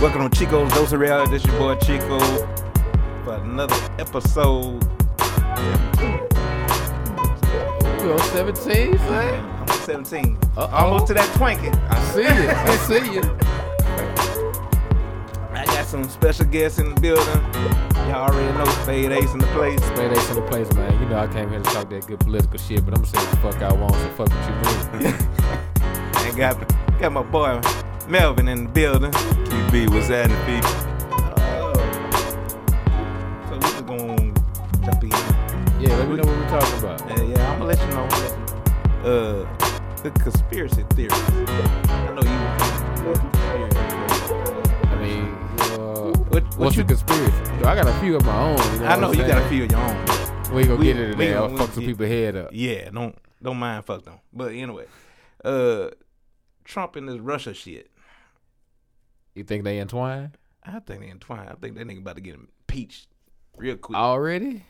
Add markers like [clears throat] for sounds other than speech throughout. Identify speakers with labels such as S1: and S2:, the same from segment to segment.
S1: Welcome to Chico's Dose of Reality. This your boy Chico for another episode.
S2: You on 17, son?
S1: I'm 17.
S2: Uh-oh.
S1: Almost to that twinking.
S2: I
S1: I,
S2: see you. [laughs] I see you.
S1: I got some special guests in the building. Y'all already know Fade Ace in the place. [laughs]
S2: Man, that's in the place, man. You know I came here to talk that good political shit, but I'm saying the fuck I want, so fuck
S1: [laughs]
S2: what you mean.
S1: And got, got my boy Melvin in the building.
S3: QB, what's happening, people?
S1: So Oh. we just gonna jump in.
S2: Yeah, let me know what we're talking about.
S1: Uh, yeah, I'm gonna let you know. Uh, the conspiracy theory. I know you.
S2: I mean, uh,
S1: What, what
S2: what's
S1: you?
S2: a conspiracy? Yo, I got a few of my own. You know
S1: I know
S2: what
S1: you
S2: I'm
S1: got a
S2: saying?
S1: few of your own.
S2: We ain't gonna
S1: we-
S2: get into
S1: we
S2: that.
S1: gonna-
S2: I'll fuck some
S1: yeah.
S2: people's head up.
S1: Yeah, don't don't mind fuck them. But anyway, uh, Trump and this Russia shit.
S2: You think they entwined
S1: I think they entwined. I think that nigga about to get impeached real quick.
S2: already?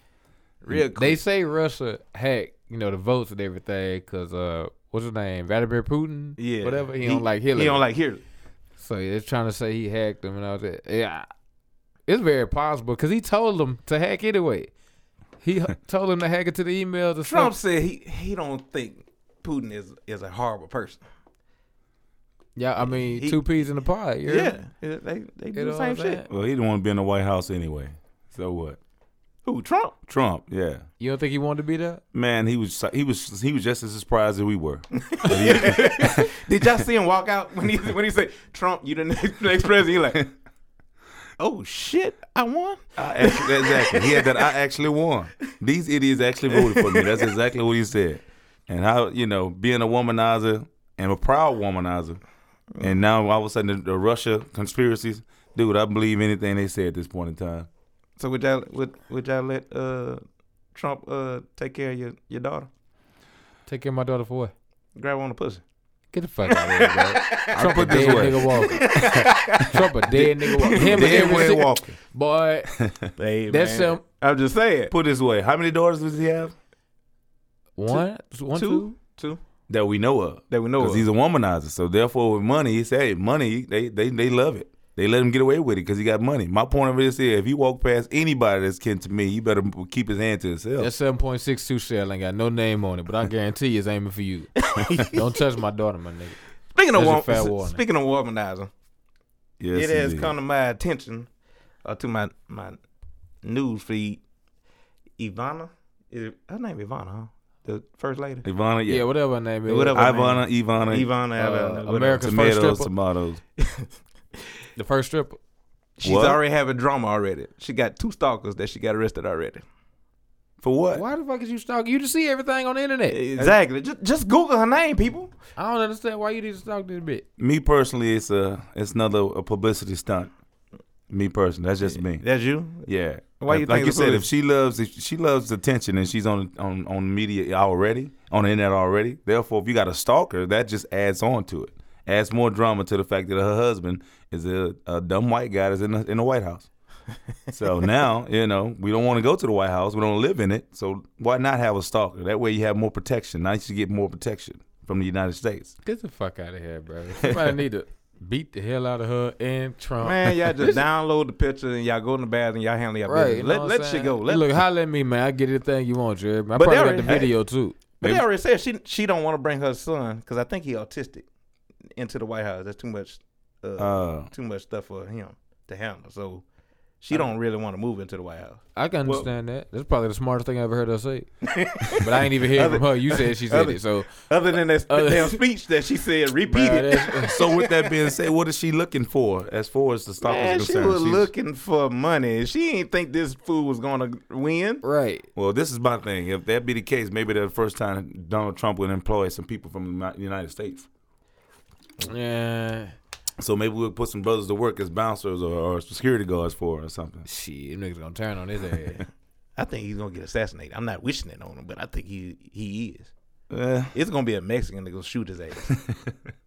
S1: Real
S2: Oh, They
S1: quick.
S2: say Russia hacked, you know, the votes and everything, cause uh, what's his name, Vladimir Putin?
S1: yeah,
S2: whatever. He, don't like Hillary.
S1: He don't like Hillary.
S2: So yeah, they're trying to say he hacked them and all that. Yeah, it's very possible because he told them to hack anyway. He h- told them to hack it to the email. To
S1: Trump said he he don't think Putin is is a horrible person.
S2: Yeah, I mean
S1: he-
S2: two peas in the pod. you heard me?
S1: Yeah, yeah they they
S2: You
S1: do
S2: know
S1: the
S2: what I'm
S1: same
S2: saying?
S1: shit.
S3: Well, he didn't want to be in the White House anyway. So what?
S1: Who Trump?
S3: Trump, yeah.
S2: You don't think he wanted to be there?
S3: Man, he was he was he was just as surprised as
S1: [laughs]
S3: we were.
S1: Did y'all see him walk out when he when he said Trump, you the next, next president? He like, [laughs] oh shit, I won.
S3: I actually, exactly. He had that. I actually won. These idiots actually voted for me.
S1: [laughs]
S3: That's exactly what he said. And how you know being a womanizer and a proud womanizer, and now all of a sudden the, the Russia conspiracies, dude. I believe anything they say at this point in time.
S1: So would y'all would, would y'all let uh Trump uh take care of your, your daughter?
S2: Take care of my daughter for what?
S1: Grab her on the pussy.
S2: Get the fuck out of here, bro. Trump a
S3: put it this
S2: dead
S3: way.
S2: nigga walking. Trump a dead nigga walking. Him
S3: Dead
S2: and every
S3: way
S2: si-
S3: walking.
S2: Boy,
S1: Hey,
S2: that's him.
S1: I'm just saying.
S3: Put it this way, how many daughters does he have
S2: One, one,
S1: two?
S2: two.
S1: Two
S3: that we know of?
S1: that we know
S3: Because
S1: of.
S3: he's a womanizer. So therefore, with money, he said, hey, money, they, they they love it. They let him get away with it because he got money. My point of it is here: if you walk past anybody that's kin to me, you better keep his hand to yourself.
S2: That seven point six two shell ain't got no name on it, but I guarantee it's aiming for you.
S1: [laughs]
S2: don't touch my daughter, my nigga.
S1: speaking of
S2: that's a
S1: wom-
S2: fair
S1: s-
S2: warning.
S1: speaking of womanizer,
S3: yes,
S1: it has
S3: indeed.
S1: come to my attention uh, to my my news feed. Ivana, is it, her name Ivana? Huh? The first lady.
S3: Ivana,
S2: Yeah,
S3: yeah.
S2: whatever her name is.
S1: Whatever.
S3: Ivana, Ivana,
S1: Ivana,
S2: Uh,
S1: whatever.
S2: America- America's first
S3: tomatoes,
S2: stripper.
S3: tomatoes.
S2: The first stripper.
S1: She's
S3: What?
S1: already having drama already. She got two stalkers that she got arrested already.
S3: For what?
S2: Why the fuck is you stalking? You just see everything on the internet.
S1: Exactly. Just, just Google her name, people.
S2: I don't understand why you need to stalk this bitch.
S3: Me personally, it's a it's another a publicity stunt. Me personally, that's just me.
S1: That's you.
S3: Yeah.
S1: Why you
S3: If- like
S1: think
S3: you
S1: it's
S3: said,
S1: public-
S3: if she loves if she loves attention and she's on on on media already, on the internet already, therefore if you got a stalker, that just adds on to it. Adds more drama to the fact that her husband is a, a dumb white guy that's in the in the
S1: [laughs]
S3: White House. so now, you know, we don't want to go to the White House. We don't live in it. So why not have a stalker? That way you have more protection. Now you should get more protection from the United States.
S2: Get the fuck out of here, bro. Somebody need to beat the hell out of her and Trump.
S1: Man, y'all
S2: [laughs]
S1: just download the picture and y'all go in the bathroom. Y'all handle your
S2: right. you
S1: business.
S2: know
S1: Let,
S2: what
S1: let
S2: I'm
S1: shit
S2: saying?
S1: go. Let,
S2: Look, holler at me, man. I get anything you want, Jerry. I
S1: they
S2: probably got
S1: already-
S2: the video too.
S1: but they already said she she don't want to bring her son because I think he autistic into the White House. That's too much. Uh,
S3: Uh,
S1: too much stuff for him to handle. So she don't really want to move into the White House.
S2: I can
S1: Well-
S2: understand that. That's probably the smartest thing I ever heard
S1: [laughs]
S2: her say. but I ain't even hear it from her. You said she said
S1: other-
S2: it, so
S1: Other than that
S2: [laughs] Other-
S1: damn speech that she said
S2: Bruh,
S1: repeated.
S2: that's-
S3: so with that being said, what is she looking for as far as the stalker
S1: [laughs] Man,
S3: is
S1: she
S3: concerned?
S1: was
S3: She's-
S1: looking for money. She didn't think this fool was gonna win.
S2: right.
S3: Well, this is my thing. If that be the case, maybe the first time Donald Trump would employ some people from the Uni- United States.
S2: Yeah.
S3: So maybe we'll put some brothers to work as bouncers or, or security guards for her or something.
S2: Shit, them niggas
S1: [laughs]
S2: gonna turn on his ass.
S1: I think he's gonna get assassinated. I'm not wishing it on him, but I think he he is.
S3: Uh,
S1: It's gonna be a Mexican that gonna shoot his ass.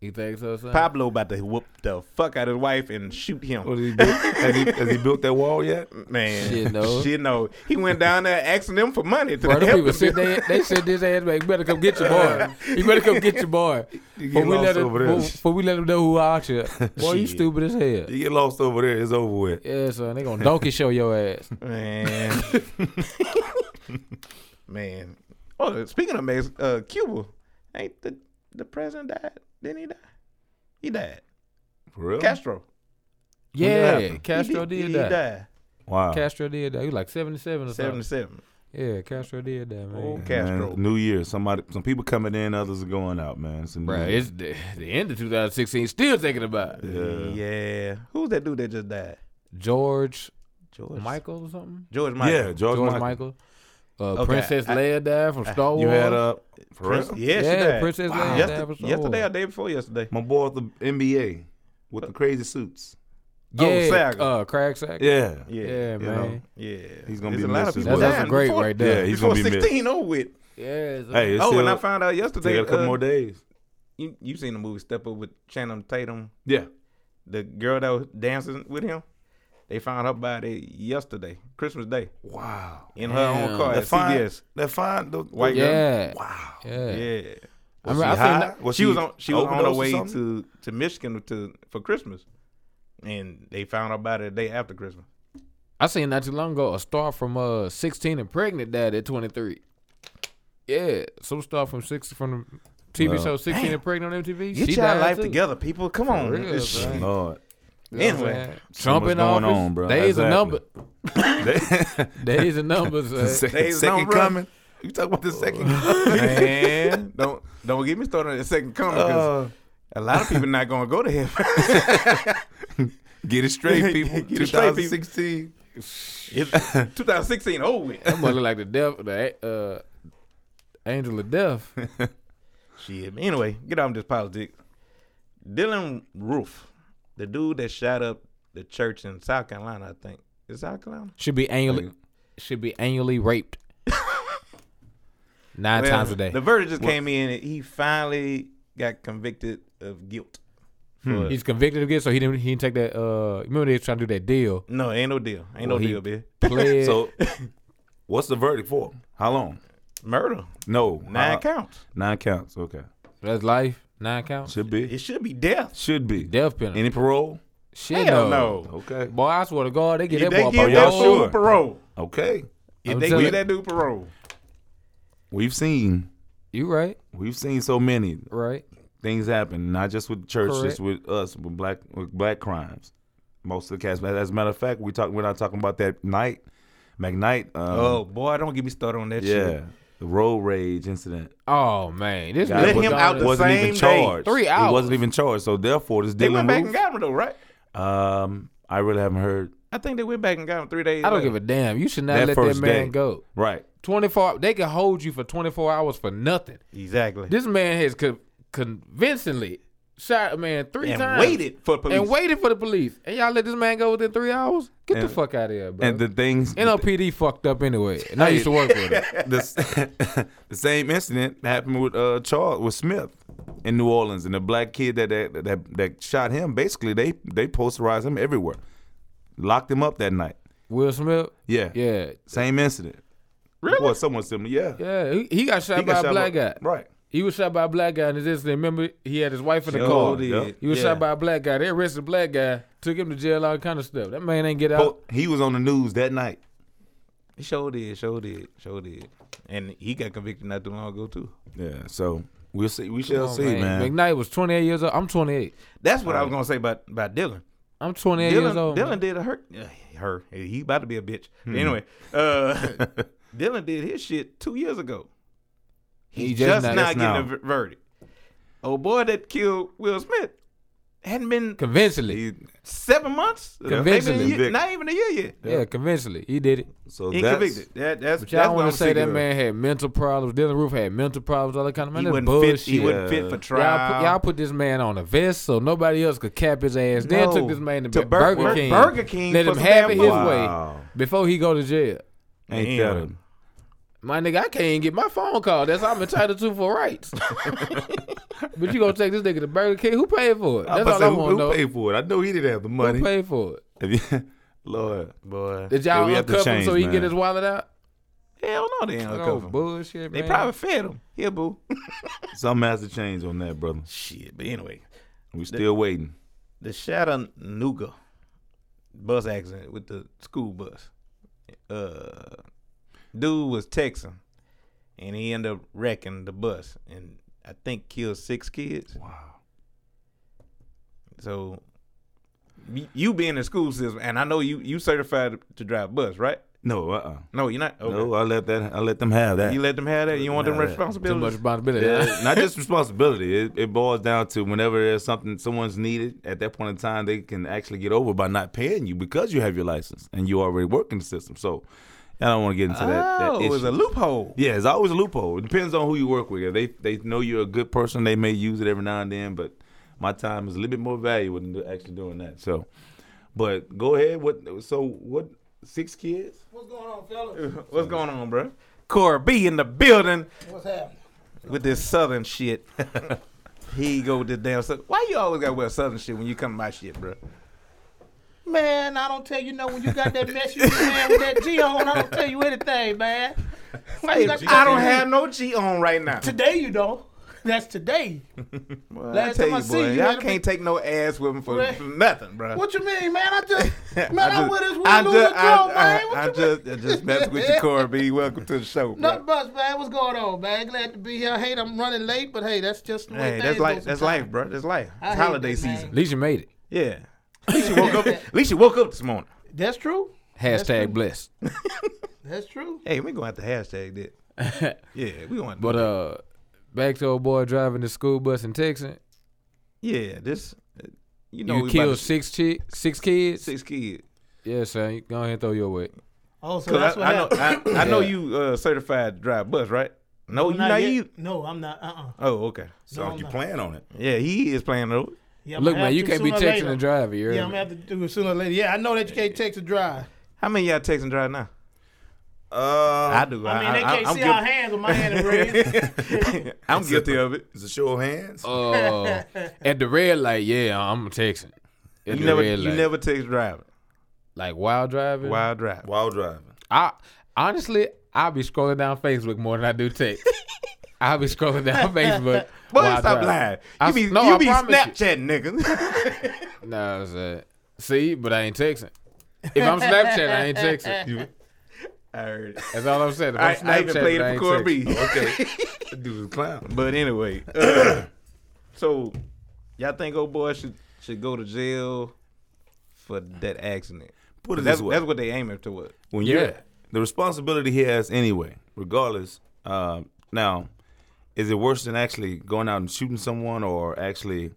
S2: You think so, son?
S1: Pablo about to whoop the fuck out of his wife and shoot him.
S3: what did he [laughs] do? has, he, has he built that wall yet?
S1: Man,
S2: Shit, no.
S1: [laughs] Shit, no. He went down there asking them for money to
S2: Bro, them
S1: help
S2: people
S1: him
S2: sit
S1: build-
S2: they, they said this ass back. You better come get
S1: [laughs]
S2: your boy. You better come get your boy.
S3: You
S2: But
S3: get
S2: we,
S3: lost
S2: let him,
S3: over there.
S2: but, but we let him know who out here. Boy, you
S1: Shit.
S2: stupid as hell.
S3: You get lost over there. It's over with.
S2: Yeah, son. They gonna donkey show your ass.
S1: Man, [laughs] man. Oh, speaking of Mex- uh, Cuba, ain't the the president died? Didn't he die? He died.
S3: For real?
S1: Castro.
S2: Yeah,
S3: happened?
S2: Castro
S1: he,
S2: did
S1: he
S2: that.
S1: died.
S3: Wow.
S2: Castro did that. He was like seventy-seven or something.
S1: Seventy-seven.
S2: Yeah, Castro did that,
S1: Oh,
S2: man.
S1: Castro.
S3: Man, new year. Somebody, some people coming in, others are going out, man. It's a new
S2: Bro,
S3: year.
S2: it's the, the end of 2016. Still thinking about it.
S3: yeah.
S1: Yeah. Who's that dude that just died?
S2: George
S1: George
S2: Michael or something.
S1: George
S3: yeah,
S1: Michael.
S3: George,
S2: George
S3: Michael.
S2: Michael. Uh,
S1: Okay,
S2: Princess
S1: I-
S2: Leia died from Star Wars.
S3: You had uh, for
S1: Prince,
S3: real?
S1: yeah, she
S2: yeah,
S1: died.
S2: Princess Leia
S1: Yester-
S2: died from Star
S1: yesterday or
S2: Wars.
S1: day before yesterday.
S3: my boy at the NBA with the crazy suits.
S1: Oh,
S2: Yeah,
S1: Saga.
S2: uh, Craig Sager.
S3: Yeah,
S1: Yeah.
S2: Yeah,
S1: Yeah.
S2: man.
S3: know. He's gonna
S1: There's
S3: be
S1: a lot of people
S3: missed as
S2: That's,
S3: well.
S2: that's
S1: dying
S2: a great
S1: before,
S2: right
S3: yeah,
S2: there.
S3: he's
S1: before
S3: gonna be missed.
S1: 16 over with.
S2: Yeah. son.
S3: Hey, it's
S1: oh,
S3: still,
S1: and I found out yesterday.
S3: still got a couple
S1: uh,
S3: more days.
S1: You you seen the movie Step Up with Channing Tatum?
S3: Yeah,
S1: the girl that was dancing with him, they found her body yesterday, Christmas Day,
S3: wow.
S1: in her
S2: Damn.
S1: own car
S3: That
S1: at
S3: fine,
S1: CVS.
S3: that fine, the
S1: White
S3: girl.
S2: yeah.
S3: Wow.
S2: Yeah.
S1: Yeah,
S2: I mean,
S3: Was she
S2: I think
S3: high?
S2: that-
S1: she was on she was on her
S3: overdosed or
S1: way
S3: something?
S1: to to Michigan to for Christmas, and they found her body the day after Christmas.
S2: I seen not too long ago a star from uh 16 and pregnant died at 23. Yeah, some star from six from the TV
S3: Well,
S2: show 16 and pregnant on MTV.
S1: Get
S2: she
S1: your
S2: died
S1: life
S2: too.
S1: together, people. Come on.
S2: real,
S1: It's-
S2: bro.
S3: Lord.
S2: You know what I'm
S1: Anyway,
S2: saying?
S3: so
S2: Trump
S3: much
S2: in
S3: going
S2: office.
S3: on, bro.
S2: Days
S3: Exactly.
S2: a number.
S3: They-
S2: Days a
S3: [laughs]
S2: numbers.
S3: the
S2: Uh,
S3: second
S1: Days
S3: second
S1: number.
S3: coming. You talk about the second
S2: Oh,
S1: [laughs]
S3: coming.
S1: Man, don't don't get me started on the second coming 'cause
S2: Oh.
S3: Uh,
S1: a lot of people not gonna go to [laughs] heaven.
S3: get
S1: [laughs]
S3: it straight, people.
S1: Get it straight, people.
S3: 2016.
S1: It's [laughs] 2016 over with.
S2: that mother look like the devil, the uh, angel of death.
S1: Shit. Anyway, get off this politics. Dylan Roof, the dude that shot up the church in South Carolina, I think. Is South Carolina?
S2: Should be annually,
S3: Like-
S2: should be annually raped. Nine
S1: Well,
S2: times a day.
S1: The verdict just came in and he finally got convicted of guilt. For,
S2: He's convicted again, so he didn't. He didn't take that. Uh, remember they was trying to do that deal.
S1: No, ain't no deal. Ain't no
S2: Well, he-
S1: deal, bitch.
S2: Pled.
S3: [laughs] So, [laughs] what's the verdict for? How long?
S1: Murder.
S3: No.
S1: Nine
S3: Uh,
S1: counts.
S3: Nine counts. Okay.
S2: that's life. Nine counts.
S3: Should be.
S1: It should be death.
S3: Should be.
S2: Death penalty.
S3: Any parole?
S2: Shit,
S1: Hell
S2: no.
S1: no.
S3: Okay.
S2: Boy, I swear to God, they get
S1: If
S2: that boy
S1: they
S2: a
S1: give
S3: y'all
S1: that
S2: parole.
S3: sure?
S1: dude parole.
S3: Okay.
S1: If
S2: I'm
S1: they
S2: telling
S1: give that dude parole.
S3: We've seen
S2: You right,
S3: we've seen so many
S2: right.
S3: things happen, not just with church,
S2: Correct.
S3: just with us, with black with black crimes. Most of the cast. As a matter of fact, we talk we're not talking about that night, McKnight. Um,
S1: oh boy, don't get me started on that
S3: yeah.
S1: shit.
S3: The road rage incident.
S2: Oh man, this
S1: Let
S2: nigga
S1: him
S2: gone
S1: out
S2: to-
S1: the
S3: wasn't even
S1: same day.
S3: charged.
S2: Three
S3: He
S2: hours.
S3: wasn't even charged. So therefore, this
S1: They went
S3: dealing
S1: back
S3: move.
S1: and got him though, right?
S3: Um, I really haven't heard.
S1: I think they went back and got him three days.
S2: I don't
S1: later.
S2: give a damn. You should not
S3: That
S2: let that
S3: first
S2: man
S3: day.
S2: go.
S3: Right.
S2: Twenty four. They can hold you for twenty four hours for nothing.
S1: Exactly.
S2: This man has con- convincingly shot a man three
S1: and
S2: times
S1: waited for police.
S2: and waited for the police, and y'all let this man go within three hours. Get the fuck out of here, bro.
S3: And the things
S2: NLPD fucked up anyway, and I used to work with him.
S1: [laughs]
S3: the, s- [laughs] the same incident happened with uh Charles with Smith in New Orleans and the black kid that that that, that shot him. Basically, they they posterized him everywhere, locked him up that night.
S2: Will Smith.
S3: Yeah,
S2: Yeah,
S3: Same incident. Really? Well, someone similar. Yeah,
S2: yeah. He, he got shot
S3: He
S2: by
S3: got
S2: a
S3: shot
S2: black
S3: by-
S2: guy.
S3: Right.
S2: He was shot by a black guy in his incident. Remember, he had his wife in the
S1: Sure
S2: car.
S1: did.
S3: Yep.
S2: He was
S1: Yeah.
S2: shot by a black guy. They arrested the black guy, took him to jail, all kind of stuff. That man ain't get out.
S3: But he was on the news that night.
S1: Sure did, sure did, sure did. And he got convicted not too long ago too.
S3: Yeah. So we'll see. We shall
S2: Oh,
S3: see, man. [laughs]
S2: McKnight was 28 years old. I'm 28.
S1: That's what I was gonna say about about Dylan.
S2: I'm 28
S1: Dylan,
S2: years old.
S1: Dylan
S2: man.
S1: did a her, uh, her. He about to be a bitch. But Anyway, [laughs] uh, Dylan did his shit two years ago. He,
S2: He
S1: just,
S2: just now-
S1: not
S3: just
S1: getting
S3: now.
S1: a ver- verdict. Oh boy, that killed Will Smith hadn't been
S2: Convincingly.
S3: He-
S1: seven months, Uh, maybe a
S2: Convincingly.
S1: year- not even a year yet.
S2: Yeah, convincingly. He did it.
S3: so
S1: He
S3: that's
S1: convicted. That, that's
S2: But y'all
S1: that's what
S2: want
S1: I'm
S2: to say
S1: sick
S2: that
S1: of.
S2: man had mental problems. Dylan Roof had mental problems, all that kind of man.
S1: He
S2: That's
S1: wouldn't
S2: bullshit.
S1: fit. He wouldn't fit for trial.
S2: Y'all put, y'all put this man on a vest so nobody else could cap his ass. Then
S1: No,
S2: took this man to,
S1: to
S2: Bur-
S1: Bur-
S2: Burger
S1: Bur-
S2: King.
S1: Burger King
S2: Let
S1: for
S2: him
S1: some
S2: have it
S1: damn
S2: his
S1: food.
S2: way
S3: Wow.
S2: before he go to jail.
S3: Ain't
S1: Damn.
S3: that a-
S2: My nigga, I can't even get my phone call. That's I'm entitled to for
S3: [laughs]
S2: rights. but you gonna take this nigga to Burger King? Who paid for it?
S3: I'm
S2: That's all
S3: about
S2: I
S3: to say, who,
S2: want to
S3: who
S2: know.
S3: paid for it? I know he didn't have the money.
S2: Who paid for it?
S3: If you- [laughs] Lord,
S1: boy.
S2: Did
S3: Yeah,
S2: y'all
S3: we have to
S2: uncuff him
S3: change,
S2: so he can
S3: man.
S2: get his wallet out?
S1: Hell no, they ain't
S2: Oh
S1: uncuff him.
S2: bullshit,
S1: They
S2: man.
S1: probably fed him. Here, boo. [laughs]
S3: something has to change on that, brother.
S1: Shit, but anyway,
S3: We still waiting.
S1: the Chattanooga bus accident with the school bus. Uh, dude was texting, and he ended up wrecking the bus, and I think killed six kids.
S3: Wow.
S1: So, y- you being in the school system, and I know you you certified to drive bus, right?
S3: No, uh, uh
S1: No, you're not. Okay.
S3: no. I let that. I let them have that.
S1: You let them have that. You want them
S3: Nah, that-
S2: too much
S1: responsibilities.
S2: responsibility.
S3: Yeah, not just responsibility. It, it boils down to whenever there's something someone's needed at that point in time, they can actually get over by not paying you because you have your license and you already work in the system. So I don't want to get into that. that
S1: oh, it was
S3: issue.
S1: a
S3: [laughs]
S1: loophole.
S3: Yeah, it's always a loophole. It depends on who you work with. If they they know you're a good person, they may use it every now and then. But my time is a little bit more valuable than do- actually doing that. So, but go ahead. What? So what? Six kids?
S4: What's going on, fellas?
S1: What's going on, bro? Cora B in the building.
S4: What's happening?
S1: with this southern shit. [laughs] he go with the damn southern. Why you always gotta wear southern shit when you come to my shit, bro?
S4: Man, I don't tell you no when you got that mess you man with that G on. I don't tell you anything, man. Why you got that-
S1: I don't have no G on right now.
S4: today. You don't. That's today.
S1: Boy,
S4: Last
S1: I tell
S4: time I
S1: you,
S4: see
S1: boy,
S4: you,
S1: y'all
S4: had a
S1: can't
S4: big-
S1: take no ass with him for,
S4: Right.
S1: for nothing, bro.
S4: What you mean, man? I just
S1: [laughs]
S4: man,
S1: I
S4: I,
S1: just-
S4: with us. We
S1: I
S4: lose
S1: just,
S4: control,
S1: I,
S4: man.
S1: I,
S4: What
S1: I
S4: you
S1: just, I just messed with [laughs] you, Cora B. Welcome to the show,
S4: [laughs] Nothing
S1: bro.
S4: much, man. What's going on, man? Glad to be here. I hate I'm running late, but hey, that's just the way
S1: Hey,
S4: things
S1: that's
S4: go
S1: life. That's
S4: sometimes.
S1: life, bro. That's life.
S4: I
S1: It's
S4: hate
S1: holiday
S4: that, man.
S1: season.
S2: At least you made it.
S1: Yeah. At least you woke [laughs] up. At least you woke up this morning.
S4: That's true.
S2: Hashtag blessed.
S4: That's true.
S1: Hey, we gonna have to hashtag that. [laughs] yeah, we gonna.
S2: But uh, back to old boy driving the school bus in Texas.
S1: yeah, this. uh, You know,
S2: You
S1: we about
S2: killed
S1: to-
S2: six chick, six kids.
S1: six kids.
S2: Yeah, son. you Go ahead and throw your weight.
S4: Oh, so
S1: Cause
S4: that's
S1: I,
S4: what
S1: I know,
S4: happened.
S1: I,
S4: [coughs]
S1: I know
S2: Yeah.
S1: you uh, certified to drive bus, right? No, you
S4: Not
S1: not,
S4: yet.
S1: you.
S4: No, I'm not. Uh uh
S1: Oh, okay.
S3: So
S4: No,
S3: you
S4: no.
S3: plan on it.
S1: Yeah, he is playing though.
S2: Look, man, you can't be texting and driving. you
S4: Yeah, I'm gonna have to do it sooner or later. Yeah, I know that you can't text and drive.
S1: How many of y'all text and drive now?
S3: Uh,
S1: I do.
S4: I mean, they can't
S1: I'm
S4: see our
S1: guilty.
S4: hands with my hand is
S1: [laughs]
S4: raised.
S1: I'm guilty of it.
S3: it's a show of hands.
S2: uh, at the red light, yeah, I'm texting.
S1: You
S2: At the
S1: never,
S2: red
S1: you
S2: light.
S1: never text driving
S2: like while driving.
S1: while driving.
S3: While driving.
S2: I honestly, I'll be scrolling down Facebook more than I
S1: [laughs]
S2: do text. I'll be scrolling down Facebook.
S1: Boy,
S2: while I
S1: stop
S2: drive.
S1: lying. You
S2: I-
S1: be,
S2: no,
S1: you
S2: I
S1: be
S2: promise you.
S1: Snapchatting niggas.
S2: No, it's, uh, see, but I ain't texting. If I'm Snapchat, I
S1: [laughs]
S2: ain't texting.
S1: I heard. it.
S2: That's all I'm saying. If
S1: I,
S2: I'm
S1: I even
S2: Snapchatting,
S1: played
S2: I
S1: it for
S2: ain't
S1: Corey
S2: texting.
S1: B.
S3: Okay. that dude was a clown.
S1: [laughs] But anyway, uh, so y'all think old boy should should go to jail for that accident?
S3: Put it
S1: That's,
S3: this way.
S1: that's what they aiming towards.
S3: when
S2: Yeah.
S3: you're the responsibility he has anyway, regardless. Uh, now, is it worse than actually going out and shooting someone, or actually,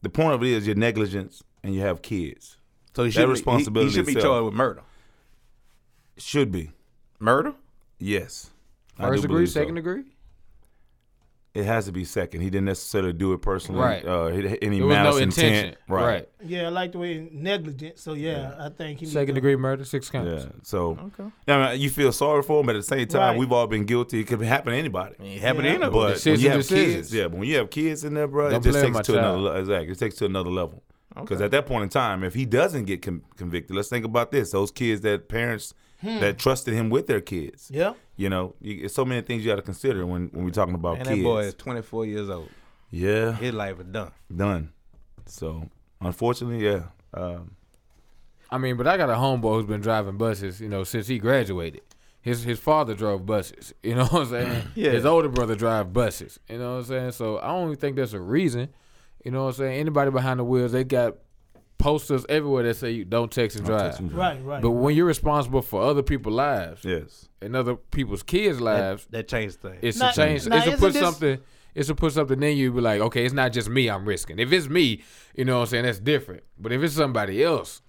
S3: the point of it is your negligence and you have kids
S1: So he
S3: should be- he- he responsibility
S1: should be
S3: itself.
S1: charged with murder.
S3: should be
S1: Murder?
S3: yes. I do
S2: First degree,
S3: believe so.
S2: second degree.
S3: It has to be second. He didn't necessarily do it personally.
S2: Right.
S3: Uh, he- any
S2: There was
S3: malice
S2: no
S3: intent.
S2: intention. Right.
S3: Right.
S4: yeah, I like the way it's negligent. So yeah, I think he need
S2: Second
S4: to-
S2: degree murder, six counts.
S3: Yeah. So,
S1: Okay.
S3: now, you feel sorry for him, but at the same time,
S4: Right.
S3: we've all been guilty. It could happen to anybody.
S1: It happened
S4: Yeah.
S1: to anybody.
S3: But when
S2: Decisions,
S3: you have
S2: decisions.
S3: kids, yeah, but when you have kids in there, bro,
S2: Don't
S3: it just
S2: blame
S3: takes
S2: my
S3: it to another
S2: child.
S3: le- exactly. It takes it to another level. Because
S1: Okay.
S3: at that point in time, if he doesn't get con- convicted, let's think about this: those kids that parents that trusted him with their kids.
S4: Hmm. Yeah.
S3: You know, you, it's so many things you got to consider when when we're talking about
S1: and
S3: kids.
S1: that boy is 24 years old.
S3: yeah,
S1: His life is done.
S3: done. So unfortunately, yeah, um,
S2: I mean, but I got a homeboy who's been driving buses, you know, since he graduated. His his father drove buses, [laughs] you know what I'm saying?
S1: Yeah.
S2: His older brother drive buses, you know what I'm saying? So I don't think that's a reason, you know what I'm saying? Anybody behind the wheels, they got posters everywhere that say you don't text and
S1: Uh,
S2: drive.
S4: Right, right.
S2: But when you're responsible for other people's lives
S3: yes,
S2: and other people's kids' lives,
S1: That changed things.
S2: it's
S4: Now-
S2: to change.
S4: now
S2: it's to
S4: isn't
S2: put
S4: this-
S2: something. It's to put something in you. Be like, okay, it's not just me. I'm risking. If it's me, you know what I'm saying. That's different. But if it's somebody else,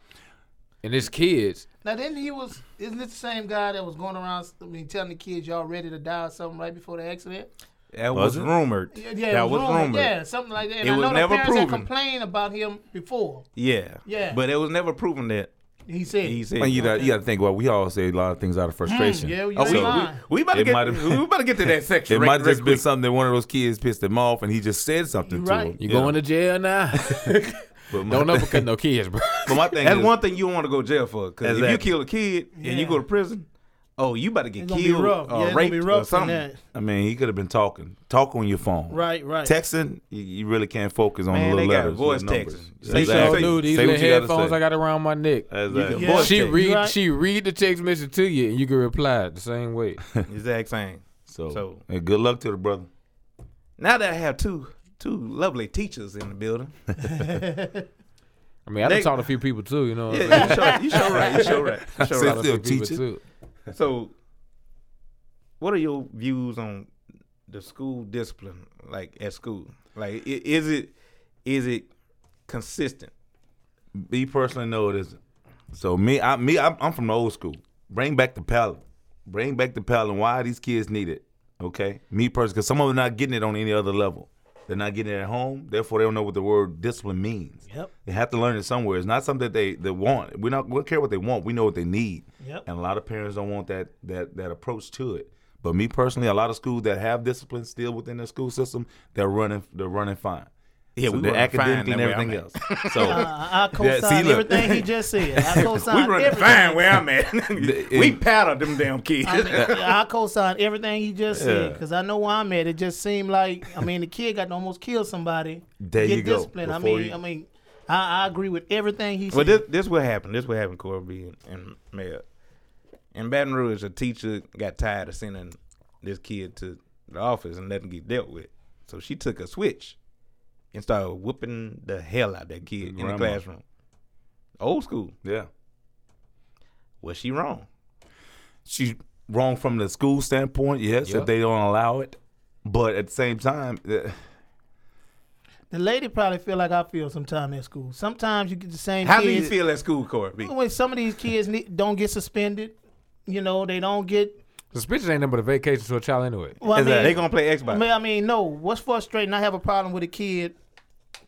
S2: and it's kids,
S4: now then he was isn't it the same guy that was going around I mean telling the kids y'all ready to die or something right before the accident?
S1: that
S3: Was
S1: was,
S3: it?
S1: rumored.
S4: Yeah, yeah,
S1: that
S4: it
S1: was rumored.
S4: Yeah, something like that. And
S1: It
S4: I
S1: was
S4: know
S1: never
S4: the parents
S1: proven.
S4: had complained about him before.
S1: Yeah.
S4: Yeah.
S1: But it was never proven that
S4: He said. "Hmm,
S1: He said,
S3: And you got you got to think. Well, we all say a lot of things out of frustration.
S4: yeah, you
S1: oh,
S4: ain't
S1: we,
S4: lying.
S1: we, we about to
S3: It
S1: get [laughs]
S3: might've-
S1: we about to get to that section.
S3: It
S1: right-
S3: might have
S1: right
S3: just been
S1: quick.
S3: something that one of those kids pissed him off, and he just said something
S4: You
S3: to
S4: right.
S3: him.
S2: You
S3: Yeah.
S2: going to jail
S3: [laughs]
S2: now?
S3: But my,
S2: Don't uppercut no kids, bro.
S3: But my thing
S1: That's
S3: is,
S1: one thing you don't want to go to jail for. Because if you
S3: Exactly.
S1: kill a kid and you
S4: Yeah.
S1: go to prison, oh, you about to get
S4: It's gonna be
S1: killed or
S4: rough. yeah, it's gonna
S1: raped
S4: be
S1: or
S4: rough. in
S1: something.
S4: that.
S3: I mean, he could have been talking. Talk on your phone.
S4: Right, right.
S3: Texting, you, you really can't focus on
S1: Man,
S3: the
S1: they
S3: little
S1: got
S3: letters.
S1: voice
S3: little numbers.
S1: texting.
S3: Yeah,
S1: They
S2: So,
S1: sure
S3: [laughs]
S1: do.
S3: Exactly.
S2: dude, these
S3: Say
S2: little
S3: what you gotta
S2: headphones
S3: say.
S2: I got around my neck.
S3: Exactly.
S4: Yeah.
S1: [laughs]
S2: She
S1: text.
S2: read
S4: You right.
S2: she read the text message to you, and you can reply the same way.
S1: Exact same.
S3: So,
S1: So-
S3: hey, good luck to the brother.
S1: Now that I have two two lovely teachers in the building,
S2: I mean, I done
S1: They-
S2: talked to a few people too. You know, what I'm saying?
S1: yeah, you sure, you sure right, you sure right, [laughs] you sure
S3: Said
S1: right.
S2: Talked to
S3: still
S2: a few people
S3: teaching.
S2: too.
S1: So, what are your views on the school discipline, like at school? Like, i- is it is it consistent?
S3: Me personally, no, it isn't. So me, I me, I'm, I'm from the old school. Bring back the pallet. Bring back the pallet. Why these kids need it? Okay, me personally, because some of them not getting it on any other level. They're not getting it at home, therefore they don't know what the word discipline means.
S4: Yep.
S3: They have to learn it somewhere. It's not something that they, they want. We not we don't care what they want. We know what they need.
S4: Yep.
S3: And a lot of parents don't want that that that approach to it. But me personally, a lot of schools that have discipline still within their school system, they're running they're running fine.
S1: Yeah,
S3: so
S1: we
S3: they're
S1: running fine
S3: academic and
S1: that way I'm
S3: everything
S1: at.
S3: else. So
S1: [laughs]
S4: Uh, I, I
S3: Yeah,
S4: co-signed
S3: see, look.
S4: everything he just said. I
S1: We
S4: co-signed
S1: running
S4: everything.
S1: fine where I'm [laughs] at. we
S3: it-
S1: powder them damn kids.
S4: I, mean, I co-signed everything he just said
S3: Yeah.
S4: because I know where I'm at. It just seemed like I mean the kid got to almost kill somebody.
S3: There
S4: get
S3: you go.
S4: disciplined. I
S3: Before
S4: mean,
S3: you-
S4: I mean, I, I agree with everything he
S1: [laughs] Well, this
S4: said.
S1: this what happened. This what happened, Corby and, and Mayor. In Baton Rouge, a teacher got tired of sending this kid to the office and letting him get dealt with. So she took a switch and started whooping the hell out that kid in the
S3: Grandma.
S1: classroom. Old school.
S3: yeah.
S1: Was she wrong?
S3: she's wrong from the school standpoint. Yes,
S2: Yeah.
S3: if they don't allow it, but at the same time, uh,
S4: the lady probably feel like I feel sometimes at school. Sometimes you get the same.
S1: How do
S4: kids.
S1: you feel at school, Corby?
S4: when some of these kids need, don't get suspended? You know, they don't get.
S2: Suspicion ain't nothing but a vacation to a child anyway.
S4: Well, I
S1: Is that-
S4: mean,
S1: they gonna play Xbox.
S4: I mean, I mean, no. What's frustrating? I have a problem with a kid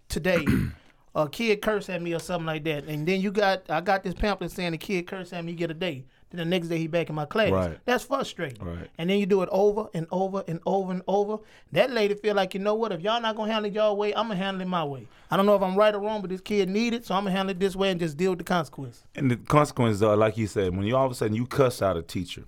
S4: today. [clears throat] a kid curse at me or something like that, and then you got I got this pamphlet saying the kid curse at me, you get a day. Then the next day he back in my class.
S3: Right.
S4: That's frustrating.
S3: Right.
S4: And then you do it over and over and over and over. That lady feel like you know what? If y'all not gonna handle it y'all way, I'm gonna handle it my way. I don't know if I'm right or wrong, but this kid need it, so I'm gonna handle it this way and just deal with the consequence.
S3: and the consequences are like you said. When you all of a sudden you cuss out a teacher,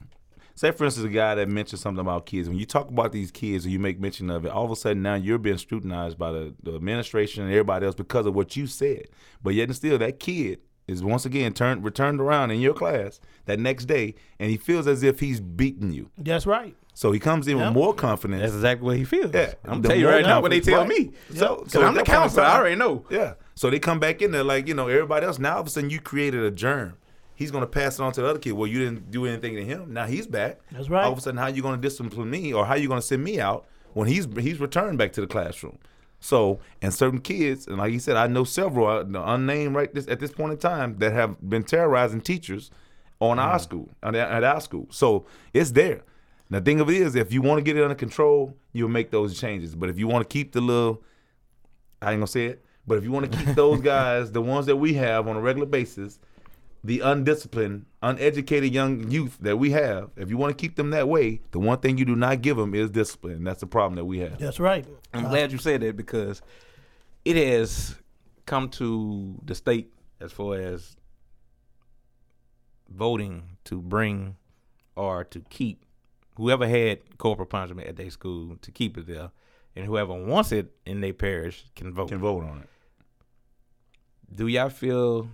S3: say for instance a guy that mentioned something about kids. When you talk about these kids and you make mention of it, all of a sudden now you're being scrutinized by the, the administration and everybody else because of what you said. But yet and still, that kid is once again turned returned around in your class that next day, and he feels as if he's beating you.
S4: That's right.
S3: So he comes in
S4: Yeah.
S3: with more confidence.
S1: That's exactly what he feels.
S3: Yeah,
S1: I'm
S3: the
S1: telling you
S3: more
S1: right now what they
S3: confidence,
S1: tell
S3: right.
S1: me.
S3: So-
S1: So,
S3: so
S1: I'm
S3: at
S1: the
S3: that point in
S1: counselor. I
S3: time-
S1: already know.
S3: Yeah. So they come back in there like, you know, everybody else. Now all of a sudden you created a germ. He's gonna pass it on to the other kid. Well, you didn't do anything to him. Now he's back.
S4: That's right.
S3: All of a sudden, how you gonna discipline me or how you gonna send me out when he's he's returned back to the classroom? So, and certain kids, and like you said, I know several uh, the unnamed right this at this point in time that have been terrorizing teachers on our
S4: Mm.
S3: school at, at our school. So it's there. Now, the thing of it is, if you want to get it under control, you'll make those changes. But if you want to keep the little I ain't gonna say it, but if you want to keep those guys, the ones that we have on a regular basis, the undisciplined, uneducated young youth that we have, if you want to keep them that way, the one thing you do not give them is discipline. And that's the problem that we have.
S4: That's right. Uh,
S1: I'm glad you said that because it has come to the state as far as voting to bring or to keep whoever had corporal punishment at their school to keep it there, and whoever wants it in their parish can vote.
S3: Can vote on it.
S1: Do y'all feel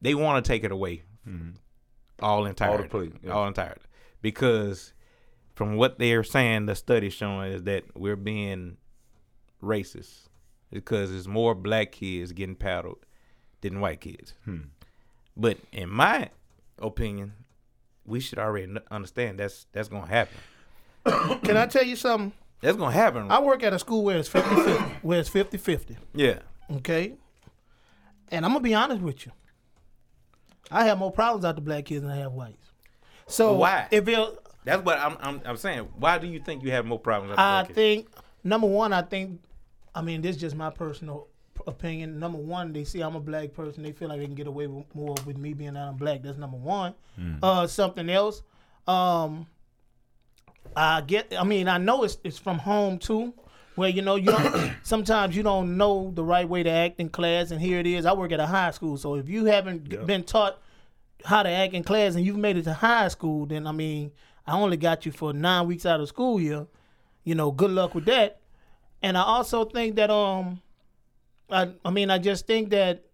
S1: they want to take it away
S3: Mm-hmm.
S1: all entirely?
S3: plate, yes.
S1: All entirely because from what they're saying, the study showing is that we're being racist because there's more black kids getting paddled than white kids. But in my opinion, we should already kn- understand that's that's gonna happen.
S4: Can I tell you something?
S1: That's gonna happen.
S4: I work at a school where it's 50-50, where it's 50-50,
S1: yeah,
S4: okay? And I'm going to be honest with you. I have more problems out the black kids than I have whites. So
S1: Why?
S4: if it
S1: that's what I'm I'm, I'm saying. Why do you think you have more problems? with
S4: I
S1: black kids?
S4: think number one, I think I mean this is just my personal opinion, number one, they see I'm a black person. They feel like they can get away with more with me being that I'm black. That's number one. Uh, something else. Um, I get. I mean, I know it's it's from home too, where you know you don't, [coughs] sometimes you don't know the right way to act in class, and here it is. I work at a high school, so if you haven't g been taught how to act in class and you've made it to high school, then I mean, I only got you for nine weeks out of school year. You know, good luck with that. And I also think that um, I I mean, I just think that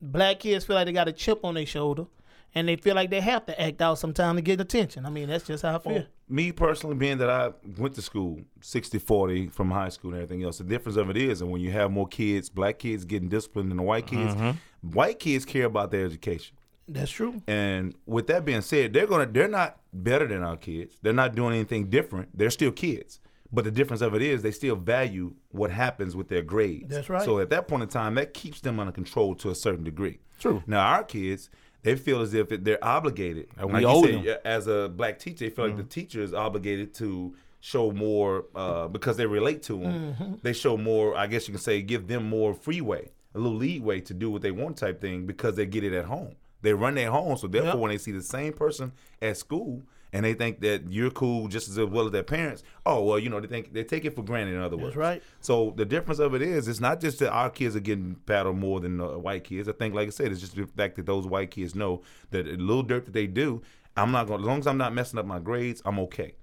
S4: black kids feel like they got a chip on their shoulder. And they feel like they have to act out sometime to get attention. I mean, that's just how I feel.
S3: me personally, being that I went to school 60 40 from high school and everything else, the difference of it is, and when you have more kids, black kids getting disciplined than the white kids, white kids care about their education.
S4: That's true.
S3: And with that being said, they're gonna they're not better than our kids. They're not doing anything different. They're still kids. But the difference of it is they still value what happens with their grades.
S4: That's right.
S3: So at that point in time, that keeps them under control to a certain degree. True. Now our kids, they feel as if they're obligated.
S1: And we
S3: you
S1: owe
S3: said,
S1: them. Mm.
S3: yeah, As a black teacher, they feel like the teacher is obligated to show more uh, because they relate to them.
S1: Mm-hmm.
S3: They show more. I guess you can say give them more freeway, a little leeway to do what they want type thing because they get it at home. They run their home, so therefore
S4: Yep.
S3: when they see the same person at school and they think that you're cool just as well as their parents, oh well, you know they think they take it for granted. In other words,
S4: right.
S3: So the difference of it is, it's not just that our kids are getting battled more than uh, white kids. I think, like I said, it's just the fact that those white kids know that the little dirt that they do, I'm not going. to As long as I'm not messing up my grades, I'm okay.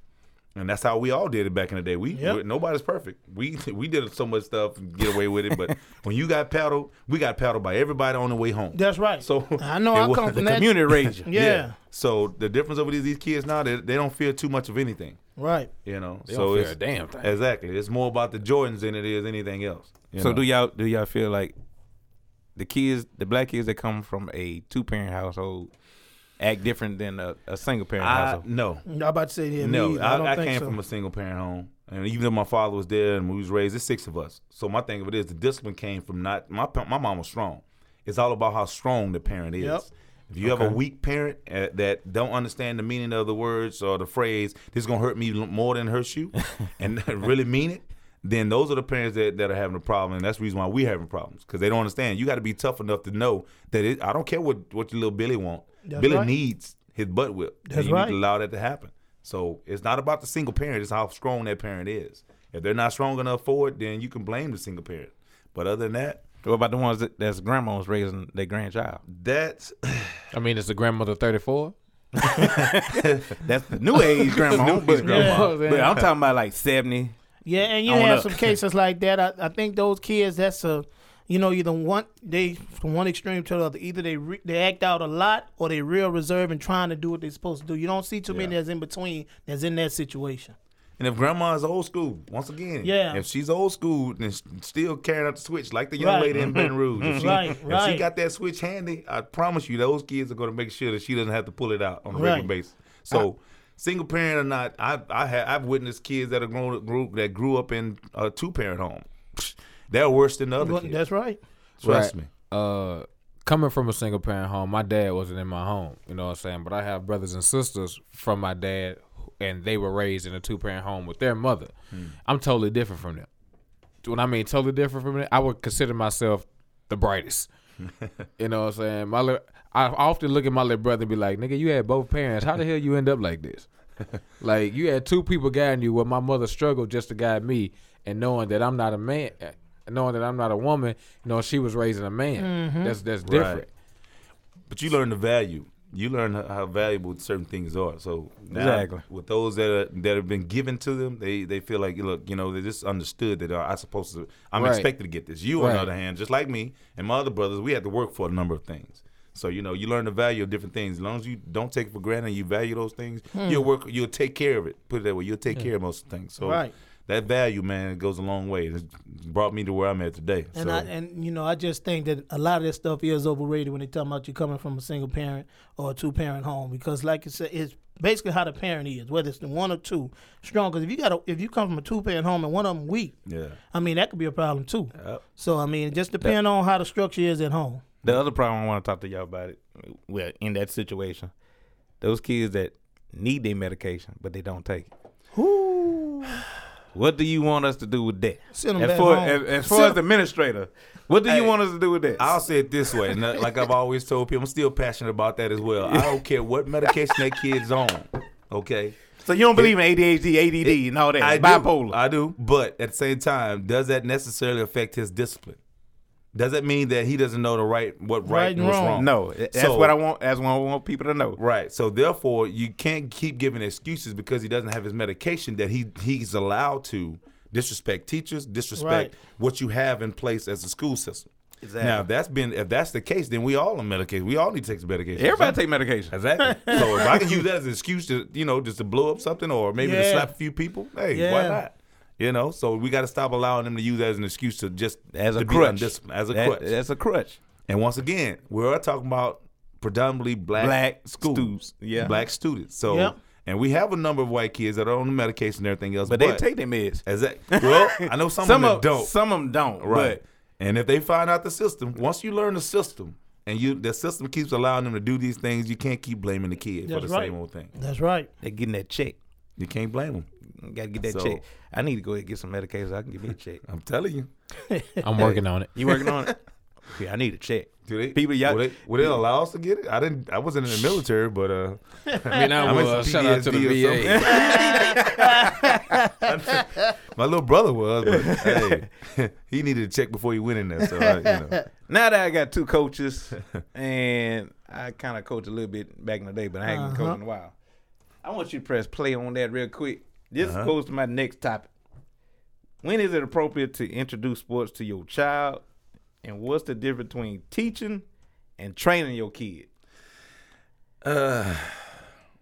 S3: And that's how we all did it back in the day. We
S4: Yep.
S3: nobody's perfect. We [laughs] we did so much stuff and get away with it.
S4: [laughs]
S3: But when you got paddled, we got paddled by everybody on the way home.
S4: That's right.
S3: So
S4: I
S3: [laughs]
S4: know
S3: it
S4: I
S3: was-
S4: come from
S1: The
S4: that.
S1: community ranger.
S4: [laughs] Yeah,
S3: So the difference over these, these kids now, they, they don't fear too much of anything.
S4: right.
S3: You know.
S2: They
S3: so
S2: don't fear
S3: it's
S2: a damn thing.
S3: exactly. It's more about the Jordans than it is anything else. you
S1: So
S3: know.
S1: do y'all do y'all feel like the kids, the black kids that come from a two parent household, act different than a, a single parent
S3: I,
S1: household?
S3: no.
S4: I'm about to say yeah,
S3: No,
S4: me,
S3: I,
S4: I, don't
S3: I,
S4: think
S3: came
S4: so.
S3: from a single parent home, and even though my father was there and we was raised, it's six of us. So my thing of it is, the discipline came from not my pa- my mom was strong. It's all about how strong the parent is.
S4: Yep.
S3: If you have a weak parent uh, that don't understand the meaning of the words or the phrase, this is gonna hurt me l- more than hurt you, and [laughs] really mean it. Then those are the parents that, that are having a problem, and that's the reason why we're having problems because they don't understand. You got to be tough enough to know that it, I don't care what what your little Billy want.
S4: That's
S3: Billy
S4: right.
S3: needs his butt whip.
S4: That's
S3: and you
S4: right.
S3: Need to allow that to happen. So it's not about the single parent; it's how strong that parent is. If they're not strong enough for it, then you can blame the single parent. But other than that,
S1: What about the ones that, that's grandma's raising their grandchild?
S3: that's
S2: I mean, it's the grandmother thirty four.
S1: That's the
S3: [laughs]
S1: new age grandma.
S3: New age
S1: but-
S3: grandma.
S2: Yeah.
S1: But I'm talking about like seventy.
S4: Yeah, and you
S1: I
S4: have
S1: wanna-
S4: some
S3: [laughs]
S4: cases like that. I, I think those kids, that's a, you know, either one they from one extreme to the other. Either they re, they act out a lot, or they real reserved and trying to do what they're supposed to do. You don't see too many
S3: Yeah.
S4: that's in between that's in that situation.
S3: and if grandma is old school, once again,
S4: Yeah.
S3: if she's old school and s- still carrying out the switch like the young
S4: Right.
S3: lady in
S4: [laughs]
S3: Baton Rouge, if she,
S4: Right,
S3: if she
S4: right.
S3: got that switch handy, I promise you, those kids are going to make sure that she doesn't have to pull it out on a regular
S4: Right.
S3: basis. So. Single parent or not, I I have I've witnessed kids that are grown grew, that grew up in a two parent home. They're worse than the other
S4: But
S3: kids.
S4: that's right.
S3: Trust me.
S2: Uh, coming from a single parent home, my dad wasn't in my home. You know what I'm saying? But I have brothers and sisters from my dad, and they were raised in a two parent home with their mother. I'm totally different from them. When I mean totally different from them, I would consider myself the brightest. you know what I'm saying? My li- I often look at my little brother and be like, "Nigga, you had both parents. How the hell you end up like this?" Like you had two people guiding you, where my mother struggled just to guide me, and knowing that I'm not a man, knowing that I'm not a woman, you know she was raising a man. That's that's different.
S3: Right. But you learn the value. You learn how- how valuable certain things are. So now,
S1: Exactly.
S3: with those that are, that have been given to them, they, they feel like look, you know, they just understood that uh, I supposed to. I'm
S2: Right.
S3: expected to get this. You, on
S2: Right.
S3: the other hand, just like me and my other brothers, we had to work for a number of things. So you know, you learn the value of different things. As long as you don't take it for granted, and you value those things. You'll work. You'll take care of it. Put it that way. You'll take care of most things. So
S4: Right.
S3: that value, man, goes a long way. It brought me to where I'm at today.
S4: And
S3: so
S4: I and you know I just think that a lot of this stuff is overrated when they talk about you coming from a single parent or a two parent home because like you said it's basically how the parent is whether it's the one or two strong because if you got a, if you come from a two parent home and one of them weak
S3: yeah,
S4: I mean that could be a problem too
S3: Yep.
S4: so I mean it just depend on how the structure is at home
S1: The other problem I want to talk to y'all about it. Well, in that situation, those kids that need their medication but they don't take it. What do you want us to do with that?
S4: Send 'em
S1: as
S4: back
S1: far,
S4: home.
S1: As, as far
S4: Send
S1: as the administrator, what do
S3: Hey,
S1: you want us to do with that?
S3: I'll say it this way, and uh, like I've always told people, I'm still passionate about that as well. I don't care what medication that kid's on, okay?
S1: so you don't believe in ADHD, ADD, and all that
S3: I do.
S1: bipolar?
S3: I do. But at the same time, does that necessarily affect his discipline? Does that mean that he doesn't know the right what right,
S4: Right and
S3: and what's
S4: wrong.
S3: wrong?
S1: no, that's
S3: So-
S1: what I want. That's what I want people to know.
S3: Right. So therefore, you can't keep giving excuses because he doesn't have his medication that he he's allowed to disrespect teachers, disrespect
S4: Right.
S3: what you have in place as a school system.
S1: Exactly.
S3: Now, if that's been if that's the case, then we all on medication. We all need to take some medication.
S1: Everybody take medication. [laughs]
S3: Exactly. so if I can use that as an excuse to, you know, just to blow up something or maybe to
S4: Yeah.
S3: slap a few people, hey, why
S4: Yeah.
S3: not? You know, so we got to stop allowing them to use that as an excuse to just
S1: As a
S3: to be
S1: crutch.
S3: undisciplined, as a
S1: That-
S3: crutch.
S1: That's a crutch.
S3: And once again, we're talking about predominantly black,
S1: Black
S3: schools,
S1: students, yeah.
S3: black students. So,
S4: Yep.
S3: and we have a number of white kids that are on the medication and everything else,
S1: But
S3: but,
S1: they take their meds.
S3: exactly. Well, I know some,
S1: Some
S3: of them
S1: of
S3: don't,
S1: some of them don't.
S3: right? and if they find out the system, once you learn the system, and you the system keeps allowing them to do these things, you can't keep blaming the kid for
S4: That's
S3: the
S4: right.
S3: same old thing.
S4: That's right.
S1: But they're getting that check.
S3: You can't blame them.
S1: Got to get that
S3: So-
S1: check. I need to go ahead and get some medication. so I can give me a check.
S3: I'm telling you.
S2: I'm working on it.
S1: You working on [laughs] it? Okay, I need a check.
S3: Do they
S1: People, y'all-
S3: would they, would they allow us to get it? I didn't. I wasn't in the military, but uh,
S2: I mean, I
S3: I'm in
S2: will.
S3: some
S2: Shout out to the
S3: PTSD or
S2: VA.
S3: [laughs] my little brother was. But hey, [laughs] he needed a check before he went in there. So I, you know.
S1: Now that I got two coaches, and I kind of coached a little bit back in the day, but I ain't been coaching in a while. I want you to press play on that real quick. This goes to my next topic. When is it appropriate to introduce sports to your child, and what's the difference between teaching and training your kid?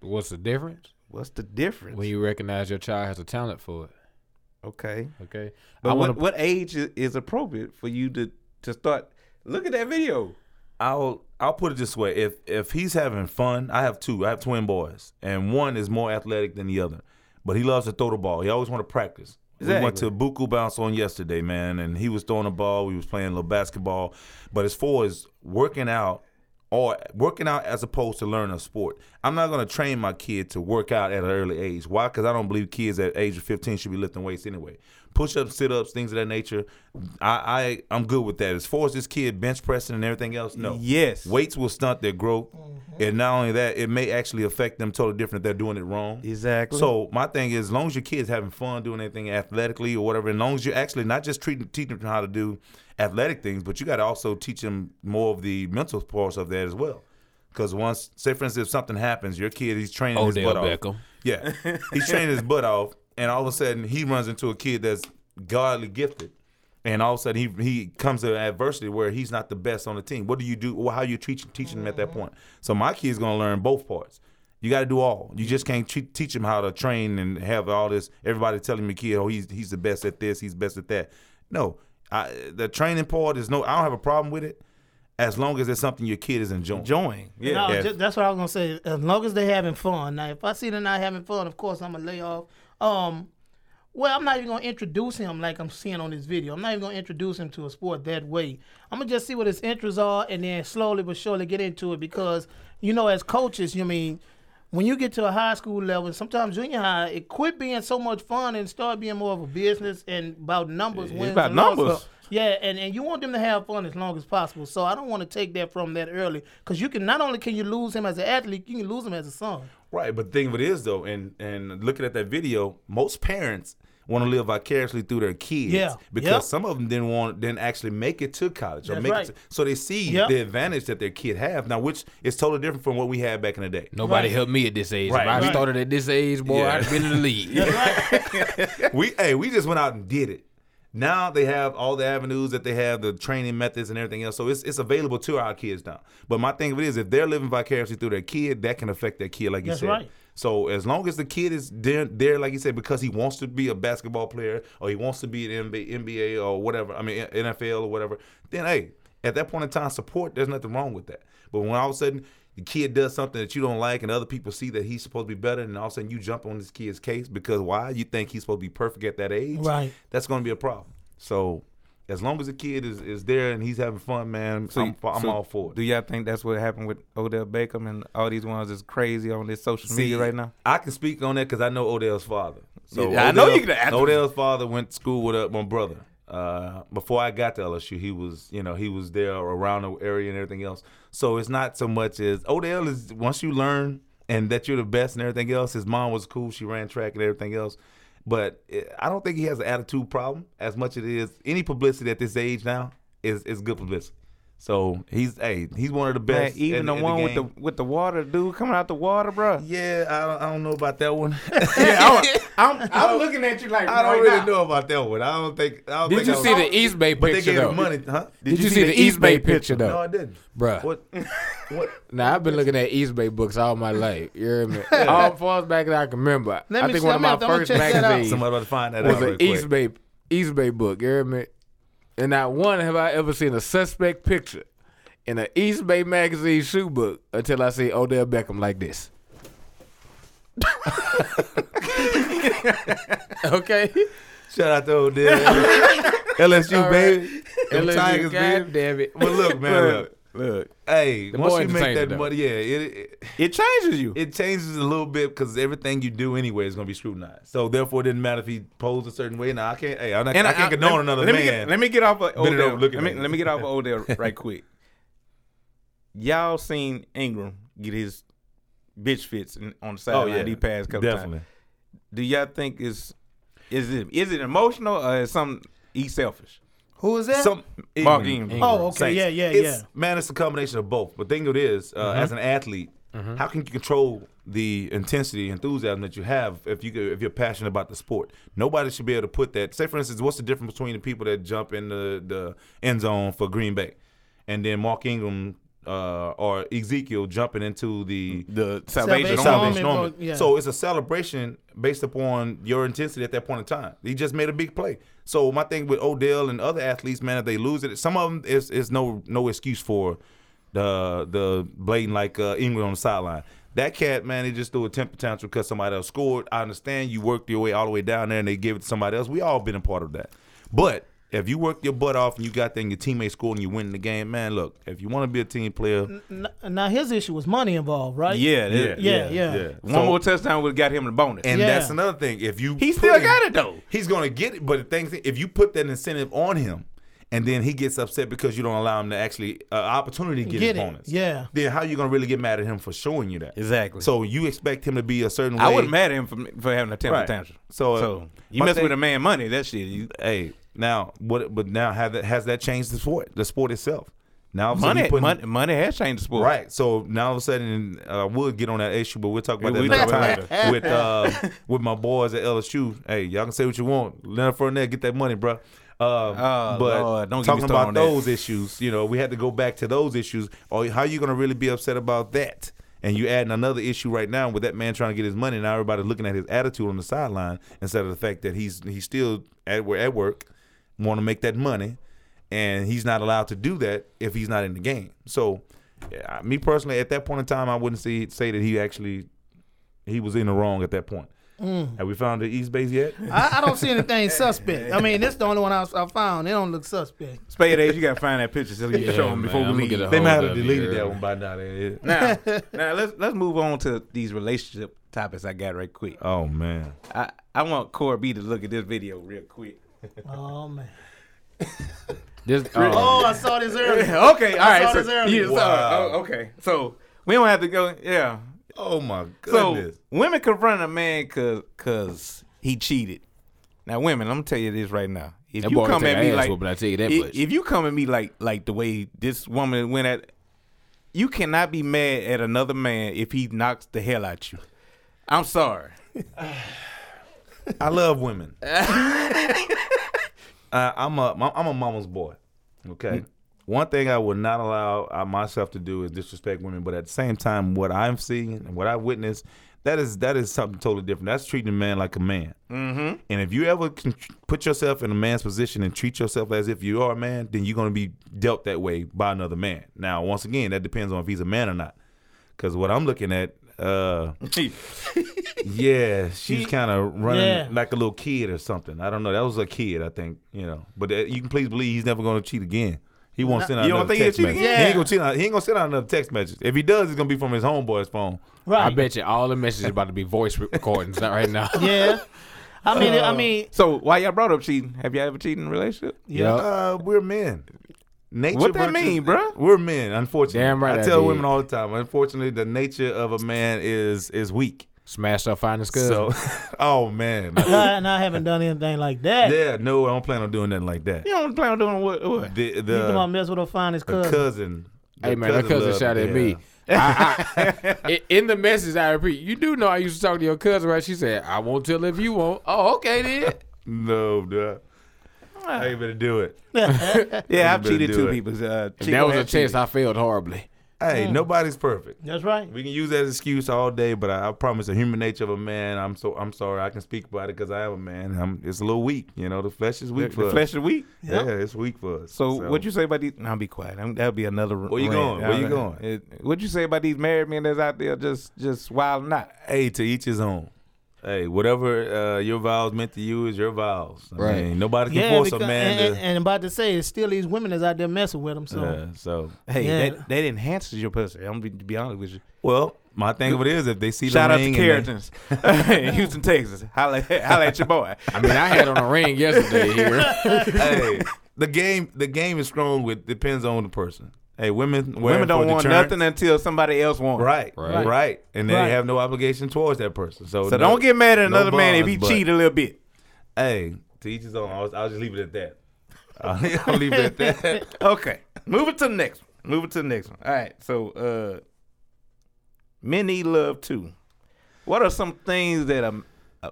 S2: What's the difference?
S1: What's the difference?
S2: When you recognize your child has a talent for it.
S1: okay,
S2: Okay.
S1: but
S2: I
S1: what,
S2: want to.
S1: what age i- is appropriate for you to to start? Look at that video.
S3: [sighs] I'll I'll put it this way: if if he's having fun, I have two. I have twin boys, and one is more athletic than the other, but he loves to throw the ball. He always want to practice. We went to Buku Bounce on yesterday, man, and he was throwing the ball. We was playing a little basketball, but as far as working out or working out as opposed to learning a sport, I'm not going to train my kid to work out at an early age. Why? Because I don't believe kids at age of 15 should be lifting weights anyway. Push ups, sit ups, things of that nature. I, I I'm good with that. As far as this kid bench pressing and everything else, no.
S1: Yes.
S3: weights will stunt their growth, and not only that, it may actually affect them totally different if they're doing it wrong.
S1: Exactly.
S3: So my thing is, as long as your kids having fun doing anything athletically or whatever, as long as you're actually not just treating teaching them how to do athletic things, but you got to also teach them more of the mental parts of that as well. Because once, say for instance, if something happens, your kid he's training his
S2: Odell
S3: butt
S2: Beckham.
S3: off. Yeah, he's training his butt off, and all of a sudden he runs into a kid that's godly gifted, and all of a sudden he he comes to adversity where he's not the best on the team. What do you do? Well, how you teach, teaching him at that point? So my kid's gonna learn both parts. You got to do all. You just can't tre- teach him how to train and have all this. Everybody telling me, kid, oh, he's he's the best at this, he's best at that. No, I, the training part is no. I don't have a problem with it, as long as it's something your kid is enjoying.
S1: Join. Yeah.
S4: No,
S3: yeah.
S4: ju- that's what I was gonna say. As long as they having fun. Now, if I see them not having fun, of course I'm gonna lay off. Um, well, I'm not even gonna introduce him like I'm seeing on this video. I'm not even gonna introduce him to a sport that way. I'm gonna just see what his interests are, and then slowly but surely get into it because you know, as coaches, you mean. When you get to a high school level, sometimes junior high, it quit being so much fun and start being more of a business and about numbers. It's
S1: about numbers.
S4: yeah, and, and you want them to have fun as long as possible. So I don't want to take that from that early because you can not only can you lose him as an athlete, you can lose him as a son.
S3: Right, but the thing of it is though, and and looking at that video, most parents want to live vicariously through their kids.
S4: Yeah,
S3: Because
S4: yep.
S3: some of them didn't want didn't actually make it to college or
S4: That's
S3: make
S4: right.
S3: it to, so they see
S4: Yep.
S3: the advantage that their kid have now, which is totally different from what we had back in the day.
S2: Nobody
S4: Right.
S2: helped me at this age.
S3: Right,
S2: if I
S3: right.
S2: started at this age, boy,
S3: Yeah.
S2: I'd been in the league.
S3: [laughs] we hey, we just went out and did it. Now they have all the avenues that they have, the training methods and everything else. So it's it's available to our kids now. But my thing of it is, if they're living vicariously through their kid, that can affect their kid, like you
S4: That's
S3: said.
S4: right.
S3: So as long as the kid is there, there, like you said, because he wants to be a basketball player or he wants to be an NBA, NBA or whatever, I mean NFL or whatever, then hey, at that point in time, support. There's nothing wrong with that. But when all of a sudden the kid does something that you don't like, and other people see that he's supposed to be better, and all of a sudden you jump on this kid's case because why? You think he's supposed to be perfect at that age?
S4: Right.
S3: That's going to be a problem. So As long as the kid is, is there and he's having fun, man,
S1: So-
S3: I'm, I'm
S1: so
S3: all for it.
S1: Do y'all think that's what happened with Odell Beckham and all these ones that's crazy on this social
S3: See,
S1: media right now?
S3: I can speak on that because I know Odell's father. So
S1: Yeah, I know you can- I-
S3: Odell's father went to school with uh, my brother. Uh, before I got to LSU, he was you know he was there around the area and everything else. So it's not so much as Odell is once you learn and that you're the best and everything else. His mom was cool; she ran track and everything else. But it, I don't think he has an attitude problem as much as it is any publicity at this age now is is good publicity. So he's hey he's one of the
S1: Man,
S3: best.
S1: even
S3: in-
S1: the
S3: in
S1: one with
S3: game.
S1: the with the water dude coming out the water, bro.
S3: Yeah, I don't, I don't know about
S1: [laughs]
S3: that one. [laughs]
S1: I'm, I'm looking at you like
S3: I don't
S1: right
S3: really
S1: now.
S3: know about that one. I don't think. I don't
S2: Did
S3: think
S2: you
S3: I was-
S2: see the East Bay
S3: But they
S2: picture
S3: gave
S2: though?
S3: him money, huh?
S2: Did you see the East Bay picture
S3: No, I
S2: though?
S3: didn't,
S2: Bruh.
S3: What? [laughs]
S2: [laughs]
S3: What?
S2: Now I've been looking at East Bay books all my life. You hear me? All far back that I can remember.
S4: Let
S2: I
S4: me
S2: think
S4: see-
S2: one
S4: I'm
S2: of my
S4: gonna have to- I'm gonna
S2: first
S4: check that out.
S2: magazines
S3: Somebody about to find that
S2: was
S3: out. Real
S2: an
S3: quick.
S2: East Bay East Bay book. You hear me? And not one have I ever seen a suspect picture in an East Bay magazine shoe book until I see Odell Beckham like this. [laughs] [laughs] okay.
S3: Shout out to old dude.
S2: [laughs]
S3: LSU
S2: All right.
S3: baby. Them
S2: LSU, God
S3: Tigers baby.
S2: damn it.
S3: But look, man. Look.
S1: Look, look,
S3: Hey,
S2: boy
S3: once you make
S2: entertained
S3: that
S2: though.
S3: money, yeah, it, it
S1: it changes you.
S3: it changes a little bit because everything you do anyway is gonna be scrutinized. So therefore, it didn't matter if he posed a certain way. Now I can't. Hey, I'm not, I can't condone
S1: let-
S3: another
S1: let
S3: man.
S1: Me get, let me get off of
S3: Bending
S1: Odell.
S3: over looking
S1: Let me,
S3: at
S1: let
S3: me.
S1: me get off [laughs] of Odell right quick. Y'all seen Ingram get his bitch fits in, on the sideline
S3: yeah.
S1: these past couple
S3: Definitely.
S1: times. Do y'all think is is it is it emotional or is some he's selfish?
S4: Who is that?
S3: Some
S1: Mark
S3: ignorant.
S1: Ingram.
S4: Oh, okay,
S3: Saints.
S4: yeah, yeah,
S3: It's-
S4: yeah. Mm-hmm.
S3: Man, it's a combination of both. But think of this: uh, as an athlete, how can you control the intensity, enthusiasm that you have if you could- if you're passionate about the sport? Nobody should be able to put that. Say, for instance, what's the difference between the people that jump in the the end zone for Green Bay, and then Mark Ingram uh, or Ezekiel jumping into
S4: Mm-hmm.
S3: the
S1: The Salvation,
S4: Salvation
S1: Army.
S4: It's Army.
S3: Salvation
S4: normal,
S3: Army.
S4: but- yeah.
S3: So it's a celebration based upon your intensity at that point in time. He just made a big play. So my thing with Odell and other athletes, man, if they lose it, some of them is is no no excuse for the the blading like uh, Ingram on the sideline. That cat, man, he just threw a temper tantrum because somebody else scored. I understand you worked your way all the way down there and they gave it to somebody else. We all been a part of that. But if you worked your butt off and you got there and your teammates scored and you win the game, man, look, if you want to be a team player,
S4: N- now his issue was money involved, right?
S1: Yeah, that-
S4: Yeah, yeah.
S1: One more touchdown would have got him the bonus.
S3: And
S4: Yeah.
S3: that's another thing. If you
S1: he
S3: put
S1: still
S3: in-
S1: got it though.
S3: he's gonna get it. But the thing is, if you put that incentive on him, and then he gets upset because you don't allow him to actually uh, opportunity to get,
S4: Get
S3: his
S4: it,
S3: bonus,
S4: yeah.
S3: Then how you gonna really get mad at him for showing you that?
S1: Exactly.
S3: So you expect him to be a certain way.
S1: I wasn't mad at him for, for having a temper
S3: Right.
S1: tantrum.
S3: So,
S1: So,
S3: uh,
S1: you
S3: my
S1: mess
S3: thing-
S1: with a man money, that shit. You,
S3: Hey, now what? But now have that, has that changed the sport? The sport itself. Now all of a sudden
S1: money,
S3: you putting-
S1: money, money has changed the sport.
S3: Right. So now all of a sudden, and I would get on that issue, but we'll talk about that
S1: We- we
S3: another
S1: talk
S3: time
S1: about
S3: with
S1: [laughs]
S3: uh, with my boys at LSU. Hey, y'all can say what you want. Leonard Fournette, get that money, bro. Um,
S1: Oh,
S3: but
S1: Lord, don't get me
S3: talking
S1: started
S3: about
S1: on that.
S3: those issues, you know, we had to go back to those issues. Or how you going to really be upset about that? And you adding another issue right now with that man trying to get his money. Now everybody's looking at his attitude on the sideline instead of the fact that he's he's still at wor- at work, want to make that money, and he's not allowed to do that if he's not in the game. So, yeah, me personally, at that point in time, I wouldn't see, say that he actually he was in the wrong at that point. Have we found the East Base yet?
S4: I, I don't see anything suspect. I mean, this is the only one I, I found. They don't look suspect.
S1: Spade Ace, you gotta find that picture so you can show
S2: man,
S1: them before
S2: I'm
S1: we
S2: gonna
S1: leave.
S2: get a
S3: They
S2: hold
S3: might have
S2: of it,
S3: deleted
S2: yeah.
S3: that one by now. they-
S1: now,
S3: [laughs]
S1: now let's let's move on to these relationship topics I got right quick.
S3: Oh man.
S1: I, I want Corey B to look at this video real quick. [laughs]
S4: Oh man.
S2: This,
S4: Oh,
S2: oh,
S4: I saw this earlier.
S1: okay, all right.
S4: saw
S1: so,
S4: this earlier.
S1: yeah, so-
S3: Wow.
S1: oh, okay, so we don't have to go. Yeah.
S3: Oh my
S1: So
S3: goodness.
S1: women confront a man cause cause he cheated. Now, women, I'm gonna tell you this right now. If
S2: that
S1: you
S2: boy
S1: come
S2: take
S1: at me
S2: ass
S1: like
S2: whooping. I tell you that
S1: if,
S2: much.
S1: if you come at me like like the way this woman went at, you cannot be mad at another man if he knocks the hell out you. I'm sorry. [laughs]
S3: I love [laughs] women. uh, I'm a I'm a mama's boy. Okay. One thing I would not allow uh, myself to do is disrespect women, but at the same time, what I'm seeing and what I witnessed, that is that is something totally different. That's treating a man like a man. Mm-hmm. And if you ever can tr- put yourself in a man's position and treat yourself as if you are a man, then you're going to be dealt that way by another man. Now, once again, that depends on if he's a man or not. Because what I'm looking at, uh, yeah, she's kind of running
S4: Yeah.
S3: like a little kid or something. I don't know. That was a kid, I think. You know, but uh, you can please believe he's never going to cheat again. He won't send out
S1: You don't
S3: another
S1: think he'll
S3: text
S1: cheat
S3: message.
S4: again?
S3: He ain't
S4: Yeah.
S3: gonna cheat out. He ain't gonna send out another text message. If he does, it's gonna be from his homeboy's phone.
S4: right?
S2: I bet you all the messages about to be voice recordings not right now.
S4: Yeah. I mean,
S3: Uh,
S4: I mean,
S1: So why y'all brought up cheating? Have y'all ever cheated in a relationship?
S2: [laughs] Yeah.
S3: Uh, we're men. Nature.
S1: What that
S3: versus-
S1: mean, bruh?
S3: We're men. Unfortunately,
S2: Damn right
S3: I
S2: I
S3: tell
S2: did.
S3: women all the time. Unfortunately, the nature of a man is is weak.
S2: Smash up finding good.
S3: So, [laughs] oh man.
S4: I, and I haven't done anything like that.
S3: yeah, no, I don't plan on doing nothing like that.
S1: You don't plan on doing what?
S2: [laughs]
S1: what?
S3: The the,
S4: You gonna mess with a finest
S3: the
S4: cousin?
S3: cousin. the
S2: hey man, that cousin
S3: love-
S2: shouted
S3: yeah.
S2: at me. I, I, I- in the message, I repeat, you do know I used to talk to your cousin, right? She said, "I won't tell if you won't." Oh, okay then.
S3: No, dude. I ain't better do it.
S1: Yeah, I've
S3: better
S1: cheated
S3: do
S1: two
S3: it.
S1: people. Uh,
S2: And
S1: Chico
S2: that was a
S1: had
S2: test.
S1: cheated.
S2: I failed horribly.
S3: Hey, nobody's perfect.
S4: That's right.
S3: We can use that as excuse all day, but I, I promise the human nature of a man. I'm so I'm sorry. I can speak about it because I am a man. I'm, it's a little weak, you know. The flesh is
S1: The,
S3: weak for
S1: the
S3: us.
S1: flesh of week.
S3: Yeah, it's weak for us.
S1: So, what'd you say about these? Now be quiet. I'm, that'll be another. Uh,
S3: Where you going? Where you going?
S1: It, what'd you say about these married men that's out there just just wilding out?
S3: Hey, to each his own. Hey, whatever uh, your vows meant to you is your vows. I
S2: Right.
S3: mean, nobody can
S4: Yeah,
S3: force
S4: because,
S3: a man
S4: and,
S3: to.
S4: and, and I'm about to say, it's still these women that's out there messing with them. So
S3: Yeah, so
S1: Hey,
S4: Yeah.
S1: that, that enhances your pussy. I'm gonna be, to be honest with you.
S3: well, my thing of it is if they see
S1: Shout
S3: the
S1: out to
S3: ring and they-
S1: Carringtons [laughs] in Houston, Texas. Holla, holla at your
S3: [laughs]
S1: boy.
S2: I mean, I had on a ring yesterday here. Uh,
S3: hey, the game the game is thrown with depends on the person. Hey, women
S1: Women don't want nothing until somebody else wants. it.
S3: Right,
S2: Right.
S3: right, and they
S4: Right.
S3: have no obligation towards that person. So,
S1: So
S3: no-
S1: don't get mad at
S3: no
S1: another man if
S3: bonds,
S1: he
S3: but-
S1: cheat a little bit.
S3: Hey, to each his own. I'll, I'll just leave it at that. I'll, I'll leave it at that.
S1: Okay. Move it to the next one. Move it to the next one. All right. So uh men need love too. What are some things that um uh,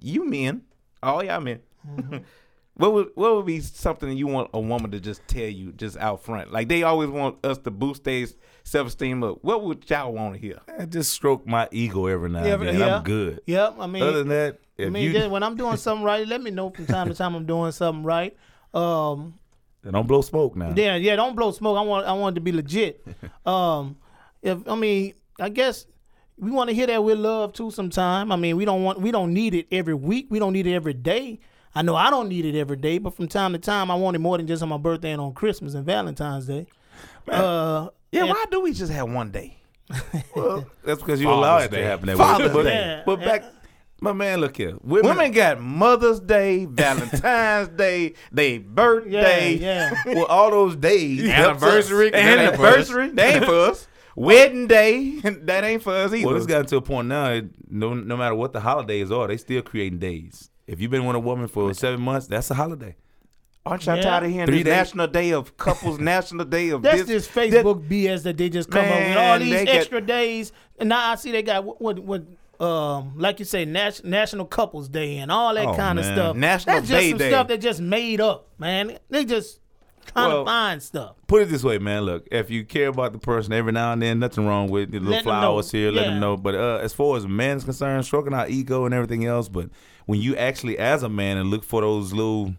S1: you men, all y'all men,
S4: Mm-hmm.
S1: [laughs] what would what would be something you want a woman to just tell you just out front? Like they always want us to boost their self esteem up. What would y'all want to hear?
S3: I just stroke my ego every now
S4: Yeah,
S3: and then.
S4: yeah.
S3: I'm good.
S4: yep. I mean,
S3: Other than that, if
S4: I mean,
S3: you
S4: just when I'm doing something right, let me know from time to time I'm doing something right. Um,
S3: don't blow smoke now.
S4: yeah, yeah. Don't blow smoke. I want, I want it to be legit. Um, if I mean, I guess we want to hear that with love too. Sometime. I mean, we don't want, we don't need it every week. We don't need it every day. I know I don't need it every day, but from time to time, I want it more than just on my birthday and on Christmas and Valentine's Day. Uh,
S1: Yeah,
S4: and-
S1: why do we just have one
S4: [laughs]
S1: day?
S3: Well, that's because you
S2: Father's
S3: allow it
S2: Day.
S3: to happen that
S1: Father's
S3: way. But,
S4: Day.
S3: but
S4: Yeah.
S3: back, my man, look here.
S1: Women got Mother's
S4: [laughs]
S1: Day, Valentine's Day, they birthday,
S4: yeah.
S3: well, all those days,
S1: [laughs]
S2: Anniversary,
S1: And
S2: that ain't for us.
S1: anniversary. They ain't for us. Wedding day. That ain't for us either.
S3: Well, it's gotten to a point now. it- No, no matter what the holidays are, they still creating days. If you've been with a woman for seven months, that's a holiday.
S1: Aren't y'all
S4: Yeah.
S1: tired of hearing
S3: Three
S1: the
S3: days.
S1: national day of couples, national day of
S4: That's
S1: this?
S4: this Facebook BS that they just come up with all
S1: Man,
S4: these
S1: they get-
S4: extra days. And now I see they got what what, what um like you say nas- National Couples Day and all that
S3: Oh,
S4: kind of
S3: man.
S4: stuff.
S1: National
S4: That's just
S1: Day
S4: some
S1: Day.
S4: stuff that just made up, man. They just trying
S3: Well,
S4: to find stuff.
S3: Put it this way, man. Look, if you care about the person every now and then, nothing wrong with your little
S4: Let 'em know.
S3: flowers here. Let
S4: Yeah.
S3: them know. But uh, as far as a man's concerned, stroking our ego and everything else. But when you actually, as a man, and look for those little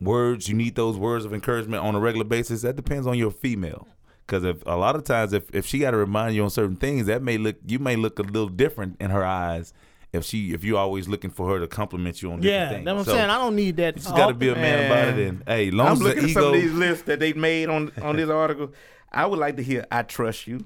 S3: words, you need those words of encouragement on a regular basis. That depends on your female. Because if a lot of times, if, if she got to remind you on certain things, that may look you may look a little different in her eyes. If she if you're always looking for her to compliment you on different
S4: Yeah,
S3: things.
S4: that's what I'm
S3: So,
S4: saying. I don't need that.
S3: You just got to be a man, about it.
S1: Man.
S3: And hey, long
S1: I'm
S3: as the
S1: looking at
S3: ego.
S1: some of these lists that they made on, on this article. I would like to hear I trust you.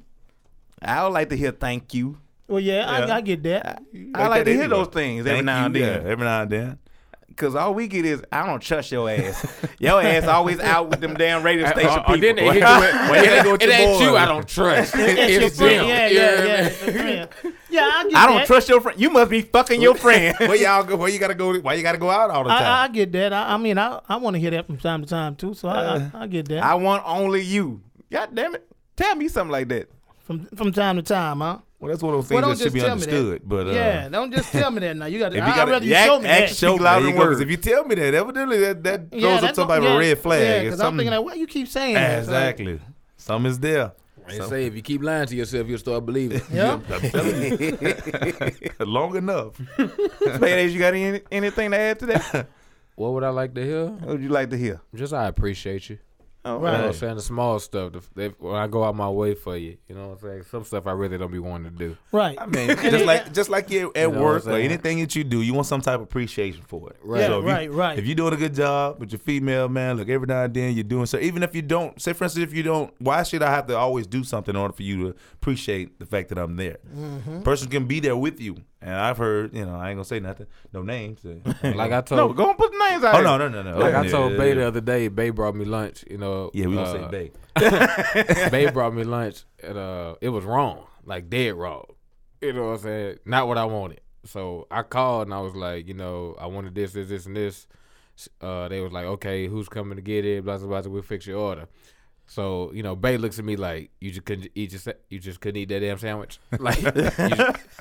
S1: I would like to hear thank you.
S4: well, yeah,
S3: Yeah.
S4: I, I get that.
S1: I like
S3: that
S1: to hear
S3: anyway.
S1: those things every
S3: Thank
S1: now
S3: you,
S1: and
S3: yeah,
S1: then.
S3: every now and
S4: [laughs]
S3: then.
S1: Because all we get is, I don't trust your ass. your ass always out with them damn
S2: [laughs]
S1: radio station people.
S2: Or- or uh,
S1: [laughs]
S2: then they hit you with,
S3: Well, yeah, they go
S2: it
S3: to
S2: ain't
S3: boy.
S2: you I don't trust.
S4: That's your
S2: it's
S4: friend.
S2: them.
S4: Yeah,
S2: You know what I
S4: yeah, yeah.
S2: mean?
S4: it's your friend. Yeah, I
S1: [laughs]
S4: get
S1: I don't
S4: that.
S1: trust your friend. You must be fucking your friend.
S3: Where y'all go? Where you gotta go? Why you gotta go out all the time?
S4: I, I get that. I, I mean, I, I want to hear that from time to time too. So I, I, I get that
S1: I want only you. God damn it. Tell me something like
S3: [laughs]
S1: that.
S4: from from time to time, huh?
S3: well, that's one of those
S4: Well,
S3: things that should
S4: don't
S3: be
S4: just tell me that.
S3: understood. But uh,
S4: yeah, don't just tell me that
S3: [laughs]
S4: now. You got to.
S3: if you gotta-
S4: I'd rather you
S1: yeah,
S4: show me
S1: act-
S4: that.
S1: show- Speak
S3: there
S1: louder
S3: you
S1: than
S3: go, 'cause
S1: words.
S3: If you tell me that, evidently that that
S4: [laughs] Yeah,
S3: throws up
S4: that's
S3: some
S4: what-
S3: type of
S4: yeah,
S3: red flag.
S4: Yeah,
S3: It's
S4: because I'm
S3: something- Ah,
S4: thinking, like, why you keep saying that? It's like-
S3: exactly. Some is there. [laughs]
S2: They say if you keep lying to yourself, you'll start believing.
S4: Yeah.
S3: I'm telling you, long enough.
S1: Spades, you got any, anything to add to that?
S2: What would I like to hear? [laughs]
S1: What would you like to hear?
S2: Just I appreciate you.
S1: Oh,
S2: You know
S4: Right.
S2: what I'm saying? The small stuff. The, they, when I go out my way for you, you know what I'm saying? Some stuff I really don't be wanting to do.
S4: Right.
S3: I mean, just like just like you at
S2: know what
S3: work
S2: I'm
S3: or
S2: saying?
S3: anything that you do, you want some type of appreciation for it.
S2: Right.
S4: Yeah,
S3: So if you-
S4: right, right.
S3: If you're doing a good job with your female man, look every now and then you're doing so. Even if you don't, say for instance, if you don't, why should I have to always do something in order for you to appreciate the fact that I'm there?
S1: Mm-hmm.
S3: Person can be there with you, and I've heard, you know, I ain't gonna say nothing, no
S2: [laughs]
S3: names. uh,
S2: Like I told
S1: No, go and put the names out.
S3: oh
S1: here.
S3: no, no, no, no.
S2: Like I
S3: Yeah,
S2: told
S3: yeah,
S2: Bay
S3: yeah.
S2: the other day, Bay brought me lunch. You know,
S3: Yeah, we gonna
S2: uh, [laughs]
S3: say babe.
S2: Bay brought me lunch, and uh, it was wrong, like dead wrong. You know what I'm saying? Not what I wanted. So I called and I was like, you know, I wanted this, this, this, and this. S- Uh, they was like, okay, who's coming to get it? Blah blah blah. blah, We'll fix your order. So you know, Bay looks at me like, you just couldn't eat your, sa- you just couldn't eat that damn sandwich. [laughs] Like you just-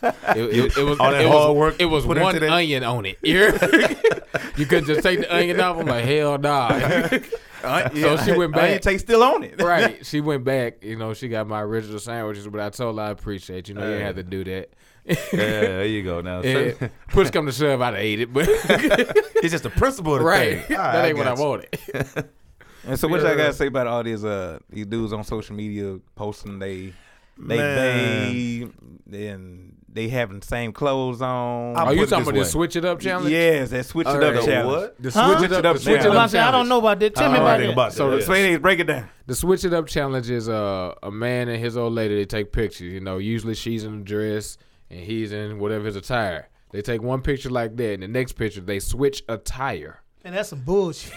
S2: it, it- it was
S3: All that
S2: it
S3: hard
S2: was,
S3: work
S2: It was
S3: put into
S2: one
S3: that?
S2: onion on it. [laughs] You're- you could just take the onion off. I'm like, hell nah. [laughs]
S1: Uh,
S2: So she went
S1: Uh,
S2: back.
S1: your taste still on
S2: [laughs]
S1: it.
S2: right. She went back. You know, she got my original sandwiches, but I told her I appreciate you. you know, you didn't have to do that.
S3: Yeah, there you go. Now [laughs]
S2: Yeah. Push come to shove, I'd have ate it, but
S3: it's just the principle. Of
S2: [laughs]
S3: the
S2: right,
S3: thing. All right,
S2: that ain't what I
S3: Ah, got you.
S2: wanted.
S1: And so what y'all
S2: Yeah.
S1: gotta say about all these uh these dudes on social media posting they they
S3: Man.
S1: they and they having the same clothes on.
S3: I'm-
S2: Are you
S3: put
S2: talking
S3: it this
S2: about the
S3: way.
S2: switch it up challenge?
S1: yes, that switch it up
S2: Alright.
S1: challenge.
S3: What?
S2: The
S4: Huh?
S2: switch it up, the switch
S1: Challenge.
S2: it
S4: I'm about
S2: up
S4: to say, I don't
S2: challenge.
S4: know about that. Tell
S2: I
S4: me
S2: don't
S3: know
S4: about
S3: anything
S4: that.
S3: about
S1: So
S3: Yeah.
S1: so they break it down.
S2: The switch it up challenge is uh, a man and his old lady. They take pictures. You know, usually she's in a dress and he's in whatever his attire. They take one picture like that, and the next picture they switch attire.
S4: Man, that's some
S3: [laughs]
S4: bullshit.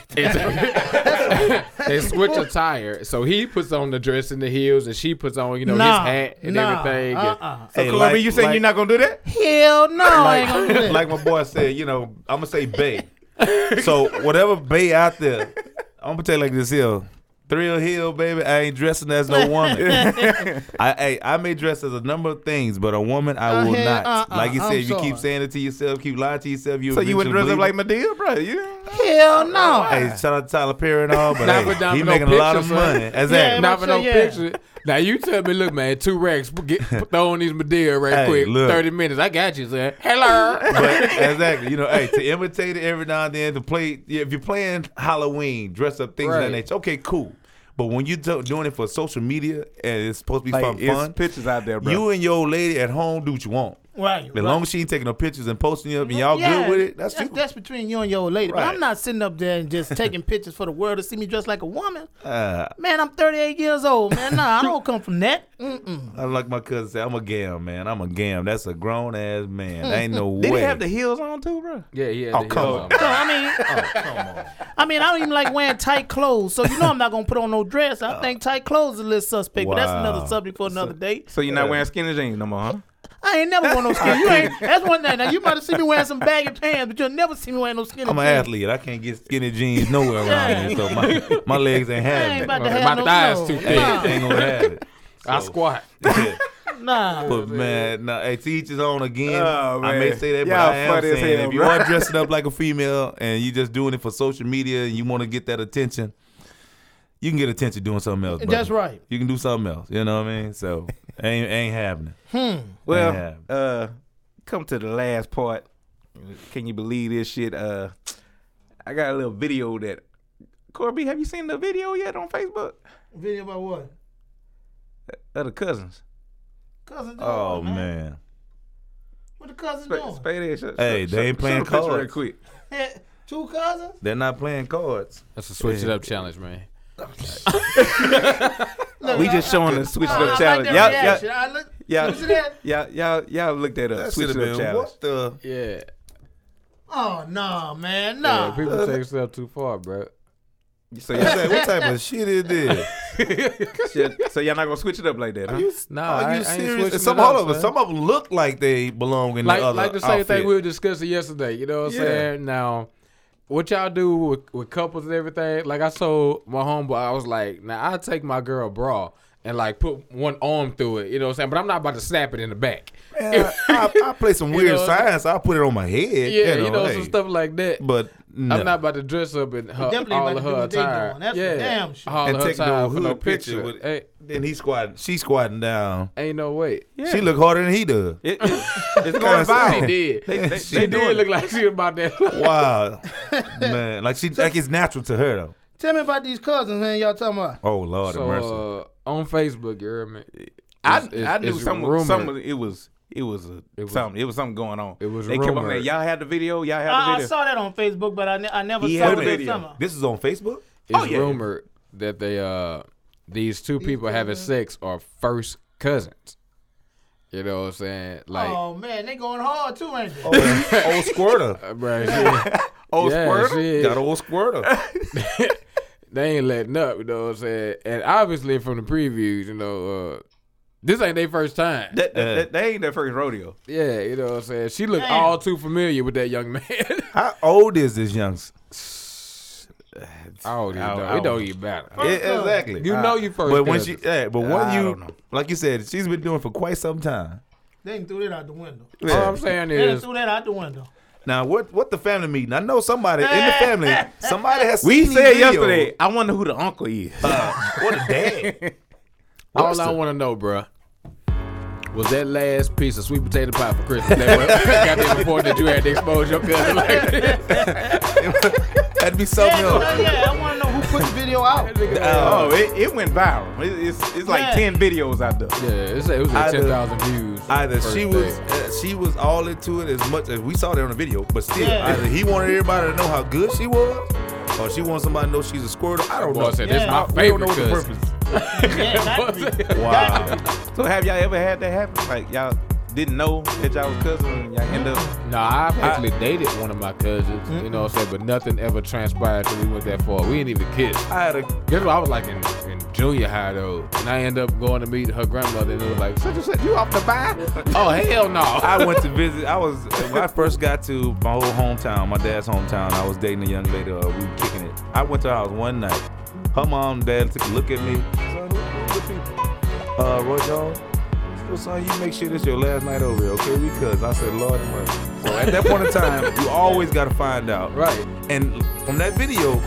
S4: [laughs]
S2: they switch attire. So he puts on the dress and the heels, and she puts on you know
S4: Nah,
S2: his hat and
S4: nah,
S2: everything. and-
S4: Uh-uh.
S1: So
S3: Hey,
S1: Corby,
S3: like-
S1: you saying
S3: like-
S1: you're not gonna do that?
S4: Hell no, Oh, I ain't gonna do
S3: [laughs]
S4: that.
S3: like my boy said, you know, I'm gonna say Bay. so whatever Bay out there, I'm gonna tell you like this here. Thrill Hill, baby. I ain't dressing as no
S4: [laughs]
S3: woman. I, hey, I may dress as a number of things, but a woman I
S4: Uh,
S3: will
S4: hell,
S3: not.
S4: uh-uh,
S3: like you
S4: I'm
S3: said, if you keep
S4: sorry.
S3: saying it to yourself, keep lying to yourself. You
S1: So you wouldn't dress
S3: eventually
S1: up like
S3: believe
S1: Medea, bro? You
S4: Hell no.
S3: it. Hey, shout out to Tyler Perry and all, but
S2: Not
S3: hey,
S2: with
S3: he
S2: Domino
S3: making a lot of
S2: Pictures, son.
S3: money. As
S4: Yeah,
S3: that.
S4: man.
S2: Not for no
S4: Yeah.
S2: picture. Now you tell me, look, man, two racks,
S3: [laughs]
S2: get throw on these Madeira right
S3: Hey,
S2: quick,
S3: look.
S2: thirty minutes. I got you, sir. Hello.
S3: but exactly, you know, hey, to imitate it every now and then, to play. yeah, If you're playing Halloween, dress up things of that
S2: Right.
S3: nature. Okay, cool. But when you're do- doing it for social media and it's supposed to be
S1: like,
S3: fun,
S1: it's
S3: fun,
S1: pictures out there, bro.
S3: you and your old lady at home do what you want.
S4: Right.
S3: As long as she ain't taking no pictures and posting it up and y'all
S4: Yeah,
S3: good with it, that's,
S4: that's,
S3: you.
S4: that's between you and your old lady. But
S3: Right.
S4: I'm not sitting up there and just taking pictures for the world to see me dressed like a woman.
S3: Uh,
S4: Man, I'm 38 years old, man. Nah, I don't come from that. Mm-mm.
S3: I like my cousin said, I'm a gam, man. I'm a gam. That's a grown ass man. ain't no
S1: Did
S3: way.
S1: he have the heels on too, bro?
S2: Yeah, yeah.
S3: Oh, come on.
S4: So I mean,
S1: Oh,
S4: I mean, I don't even like wearing tight clothes. So you know, I'm not gonna put on no dress. I think tight clothes is a little suspect, but that's
S3: Wow.
S4: another subject for another day.
S1: Oh. So you're
S3: Uh,
S1: not wearing skinny jeans no more, huh?
S4: I ain't never worn
S1: [laughs]
S4: no skinny. You ain't. That's one thing. Now you might have seen me wearing some baggy pants, but you'll never see me wearing no skinny.
S3: I'm an
S4: jeans.
S3: athlete. I can't get skinny jeans nowhere around here, so my, my legs ain't
S4: [laughs] I
S3: having
S4: ain't
S3: it.
S4: about
S3: Ain't,
S2: My
S4: to have no
S2: thighs
S4: clothes.
S2: too thick.
S4: Nah,
S3: ain't gonna have it. [laughs]
S2: I squat.
S3: Yeah.
S4: nah.
S3: But man, nah, hey, to each his own again.
S1: Oh,
S3: I may
S1: man.
S3: say that, but
S1: Y'all
S3: I am
S1: funny as
S3: saying
S1: hell,
S3: if you
S1: bro.
S3: are dressing up like a female and you just doing it for social media and you want to get that attention, you can get attention doing something else.
S4: That's
S3: brother.
S4: right.
S3: You can do something else. You know what I mean? So ain't ain't happening.
S1: Well,
S3: Yeah.
S1: uh, come to the last part. Can you believe this shit? Uh, I got a little video that Corby. Have you seen the video yet on Facebook
S4: Video about what?
S1: of the cousins?
S4: Cousins. doing,
S3: Oh man.
S4: What the cousins
S1: Sp-
S4: doing?
S1: Spade ass. Sh-
S3: Hey,
S1: sh-
S3: they ain't
S1: show
S3: playing
S1: the picture Real
S3: cards.
S1: quick.
S4: Two cousins.
S3: They're not playing cards.
S2: That's a switch it up challenge, man.
S4: Look,
S1: We
S4: I-
S1: just showing the switch
S4: I-
S1: it
S4: I
S1: up
S4: like
S1: challenge.
S4: that
S1: Y'all,
S4: reaction.
S1: y'all,
S4: I look-
S1: y'all-
S4: you see that?
S1: y'all, y'all, y'all look that up. switch it up challenge.
S3: what the [laughs]
S2: Yeah.
S4: Oh no, man,
S2: yeah
S4: no.
S2: people take stuff too far, bro.
S1: So
S3: [laughs]
S1: y'all,
S3: what type of shit is this?
S1: shit- so y'all not gonna switch it up like that, huh?
S2: Nah, I,
S3: Are you
S2: ain't- I ain't
S3: serious?
S2: switching
S3: some
S2: it up,
S3: all of us,
S2: son.
S3: some of them look like they belong in
S2: like,
S3: the other
S2: like the same
S3: outfit.
S2: thing we were discussing yesterday. You know what I'm
S3: Yeah.
S2: saying? Now, what y'all do with, with couples and everything? Like I told my homeboy, I was like, now I take my girl bra and like put one arm through it. You know what I'm saying? But I'm not about to snap it in the back.
S3: Man, I, I, I
S2: [laughs]
S3: play some weird
S2: know,
S3: science. I put it on my head.
S2: Yeah, you know,
S3: hey.
S2: some stuff like that.
S3: But no.
S2: I'm not about to dress up in her,
S4: definitely
S2: all
S4: about
S2: of
S4: to do
S2: her
S4: what they
S2: attire.
S4: doing. That's for
S2: yeah,
S4: damn sure.
S2: all
S3: And
S2: of her
S3: take no
S2: attire for no
S3: hood picture
S2: picture.
S3: with-
S2: Hey,
S3: Then he's squatting. She's squatting down.
S2: ain't no
S3: [laughs]
S2: way.
S3: She look harder than
S2: [laughs]
S3: he does. [laughs]
S1: It, it, it's going
S3: sad.
S2: She
S1: viral.
S2: did.
S1: They, they,
S3: She
S1: they
S2: She
S1: doing
S2: did
S1: it.
S2: look like she was about that.
S3: Wow, man! Like she, like it's natural to her though.
S4: Tell me about these cousins, man. Y'all talking about?
S3: Oh Lord, have mercy.
S2: So uh, on Facebook, you heard me.
S1: I,
S2: It's- it's-
S1: I knew
S2: it's
S1: some
S2: rumored.
S1: some of it was it was a,
S2: It was-
S1: something it was something going on.
S2: It was
S1: they kept on
S2: rumored.
S1: saying, y'all had the video, y'all had the
S4: Ah, I, I
S1: video.
S4: saw that on Facebook, but I, ne- I never
S1: He
S4: saw
S1: had
S4: it
S1: a
S4: this
S1: video.
S4: summer.
S3: This is on
S2: [laughs]
S3: Facebook.
S2: It's
S1: yeah.
S2: rumored that they uh these two people having sex are first cousins. You know what I'm saying? Like,
S4: oh man, they going hard too, ain't they?
S3: Oh, old squirter.
S2: uh, bruh, shit.
S1: Old
S2: Yeah,
S1: Squirtle?
S2: shit.
S3: Got old squirter.
S2: they ain't letting up. You know what I'm saying? And obviously from the previews, you know, uh, this ain't their first time.
S1: That, that, that, that ain't their first rodeo.
S2: yeah, you know what I'm saying. She looked
S4: Damn.
S2: all too familiar with that young man. [laughs]
S3: How old is this youngs?
S2: I don't even
S1: I don't-
S2: know.
S1: I
S2: it
S1: don't-
S2: don't even matter.
S3: Yeah, exactly. Ah.
S2: you know you first.
S3: but when she,
S2: cousin.
S3: yeah, but when
S1: I
S3: you,
S1: don't know.
S3: like you said, she's been doing for quite some time.
S4: [laughs] They done threw that out the window.
S2: all
S3: Yeah.
S2: I'm saying
S4: They done
S2: is
S4: threw that out the window.
S3: Now what? What the family meeting? I know somebody
S2: [laughs]
S3: in the family. Somebody has.
S1: We
S3: seen
S1: said
S3: these videos.
S1: yesterday, I wonder who the uncle
S2: [laughs]
S1: is.
S3: Uh, what a dad.
S2: all I
S3: Webster.
S2: want to know, bruh, was that last piece of sweet potato pie for Christmas? That was [laughs] goddamn important that you had to expose your cousin like that. [laughs]
S3: That'd be something
S4: Yeah,
S3: else.
S4: yeah, yeah, I want to know who put the
S2: [laughs]
S4: video out.
S1: oh, it, it went viral. It, it's it's like
S4: Yeah.
S1: ten videos out there.
S2: Yeah, it's, it was like
S3: Either-
S2: ten thousand views.
S3: Either
S2: first
S3: she
S2: day.
S3: was uh, she was all into it as much as we saw that on the video, but still,
S4: Yeah.
S3: either he wanted everybody to know how good she was, or she wants somebody to know she's a squirter. I don't
S2: Boy,
S3: know.
S2: I said, "This
S4: Yeah.
S2: my
S3: We don't know
S2: favorite
S3: what the
S2: cousin."
S3: purpose.
S4: Yeah, exactly.
S3: Wow.
S1: So have y'all ever had that happen? Like y'all didn't know that y'all was cousins and y'all end up
S2: No, I actually dated one of my cousins. You know what I'm saying? But nothing ever transpired till we went that far. We didn't even kiss.
S3: I had a
S2: Guess what? I was like in, in junior high though, and I ended up going to meet her grandmother, and it was like, such and such, you off the buy? oh hell no!
S3: I went to visit. I was when I first got to my old hometown, my dad's hometown. I was dating a young lady. Uh, we were kicking it. I went to her house one night. Her mom, and dad took a look at me. Son, who- who the people? Uh, Roy Jones. "Well, Son, you make sure this your last night over here, okay? Because I said, Lord, have mercy." so at that point in time, you always got to find out,
S2: right.
S3: And from that video,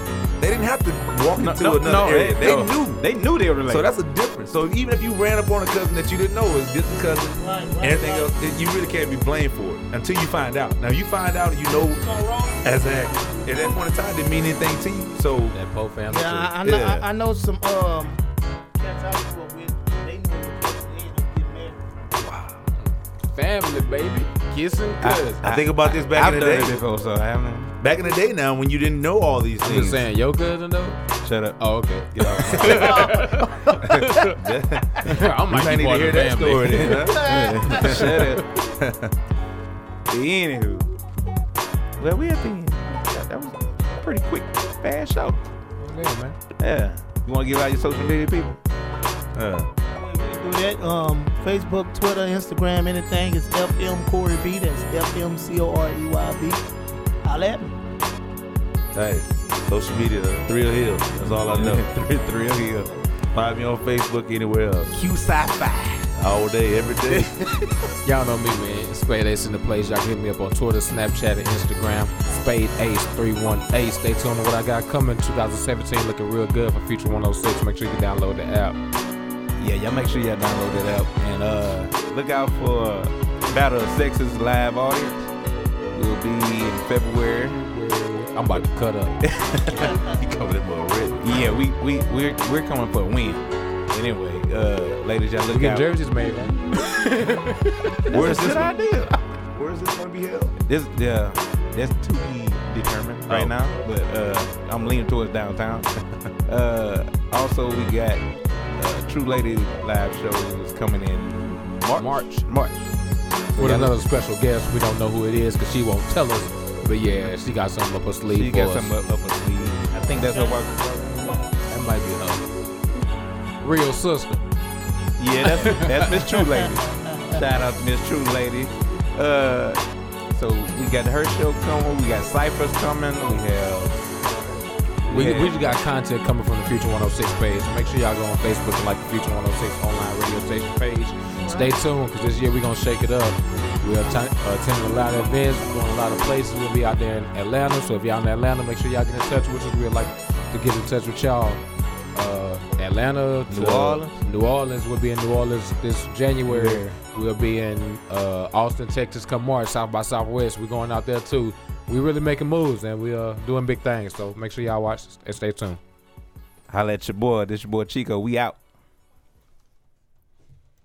S3: they didn't have to walk into another area. They knew.
S1: [laughs] they knew they were related.
S3: So that's a difference. So even if you ran up on a cousin that you didn't know is just a cousin,
S4: Right, right,
S3: everything
S4: right.
S3: else, then you really can't be blamed for it until you find out. Now you find out, you know,
S4: Something wrong?
S3: as a at that point in time, didn't mean anything to you. So
S2: That Poe family.
S4: Yeah,
S2: Yeah,
S4: I, I, know,
S3: Yeah.
S4: I, I know some um, cats I grew up with. They knew the person they ended up getting married.
S2: family, baby. Kissing cousins.
S3: I think about this back
S1: I've
S3: in the
S1: done it
S3: day.
S1: before, so I haven't.
S3: Back in the day, now when you didn't know all these
S2: I'm
S3: things,
S2: just saying, your cousin though?
S1: Shut [laughs] up.
S2: Oh, okay.
S3: [laughs] you know,
S2: [laughs]
S4: [laughs]
S2: I
S3: you
S2: might
S3: might
S2: be
S3: need to
S2: part
S3: hear
S2: of the
S3: that story.
S2: family.
S3: Then, huh?
S1: Shut up. [laughs] Anywho, well, we at the end. That, that was a pretty quick, fast show.
S2: Yeah, man.
S1: Yeah. You want to give out your social media, people?
S3: Uh,
S4: Do that. Um, Facebook, Twitter, Instagram, anything is FM Corey B. That's FM C O R E Y B. Holla at me.
S3: hey, social media, Thrill Hill. That's
S1: [laughs]
S3: all I know.
S1: three, three of you.
S3: Find me on Facebook, anywhere else,
S1: Q sci-fi.
S3: all day, every day.
S2: [laughs] Y'all know me, man. Spade Ace in the place. Y'all can hit me up on Twitter, Snapchat, and Instagram. Spade Ace 318. Stay tuned to what I got coming. 2017 looking real good for Future 106. Make sure you download the app.
S1: Yeah, y'all make sure y'all download it up and uh, look out for uh, Battle of Sexes live audience. We'll be in February.
S2: I'm about to cut
S3: [laughs]
S2: up.
S3: you covered it more already.
S1: Yeah, we we we're we're coming for a win. Anyway, uh, ladies, y'all
S2: We
S1: look
S2: get
S1: out.
S2: jerseys made, man.
S1: Where's this?
S3: Good
S1: One?
S3: idea. [laughs] Where is this going to be held?
S1: This yeah, that's to be determined right
S3: Oh.
S1: now. But uh, I'm leaning towards downtown. [laughs] uh, also, we got uh, True Lady live show is coming in March.
S2: March.
S1: March.
S2: With another special guest. We don't know who it is because she won't tell us. But yeah, she got something up her sleeve
S1: She
S2: for
S1: got
S2: us.
S1: something up, up her sleeve. I think that's her work.
S2: That might be her. Real sister.
S1: Yeah, that's that's Miss True Lady. Shout out to Miss True Lady. Uh, so we got her show coming. We got Cyphers coming. We have
S2: We,
S1: Yeah.
S2: we just got content coming from the Future 106 page. Make sure y'all go on Facebook and like the Future 106 online radio station page. Stay tuned because this year we're going to shake it up. We are atten- attending a lot of events, we're going a lot of places. We'll be out there in Atlanta. So if y'all in Atlanta, make sure y'all get in touch with us. We'd like to get in touch with y'all. Uh, Atlanta, to
S1: New Orleans.
S2: New Orleans. We'll be in New Orleans this January. We'll be in uh, Austin, Texas, come March, South by Southwest. We're going uh, out there too. We really making moves and we are doing big things. So make sure y'all watch and stay tuned.
S1: Holla at your boy. This your boy Chico. We out.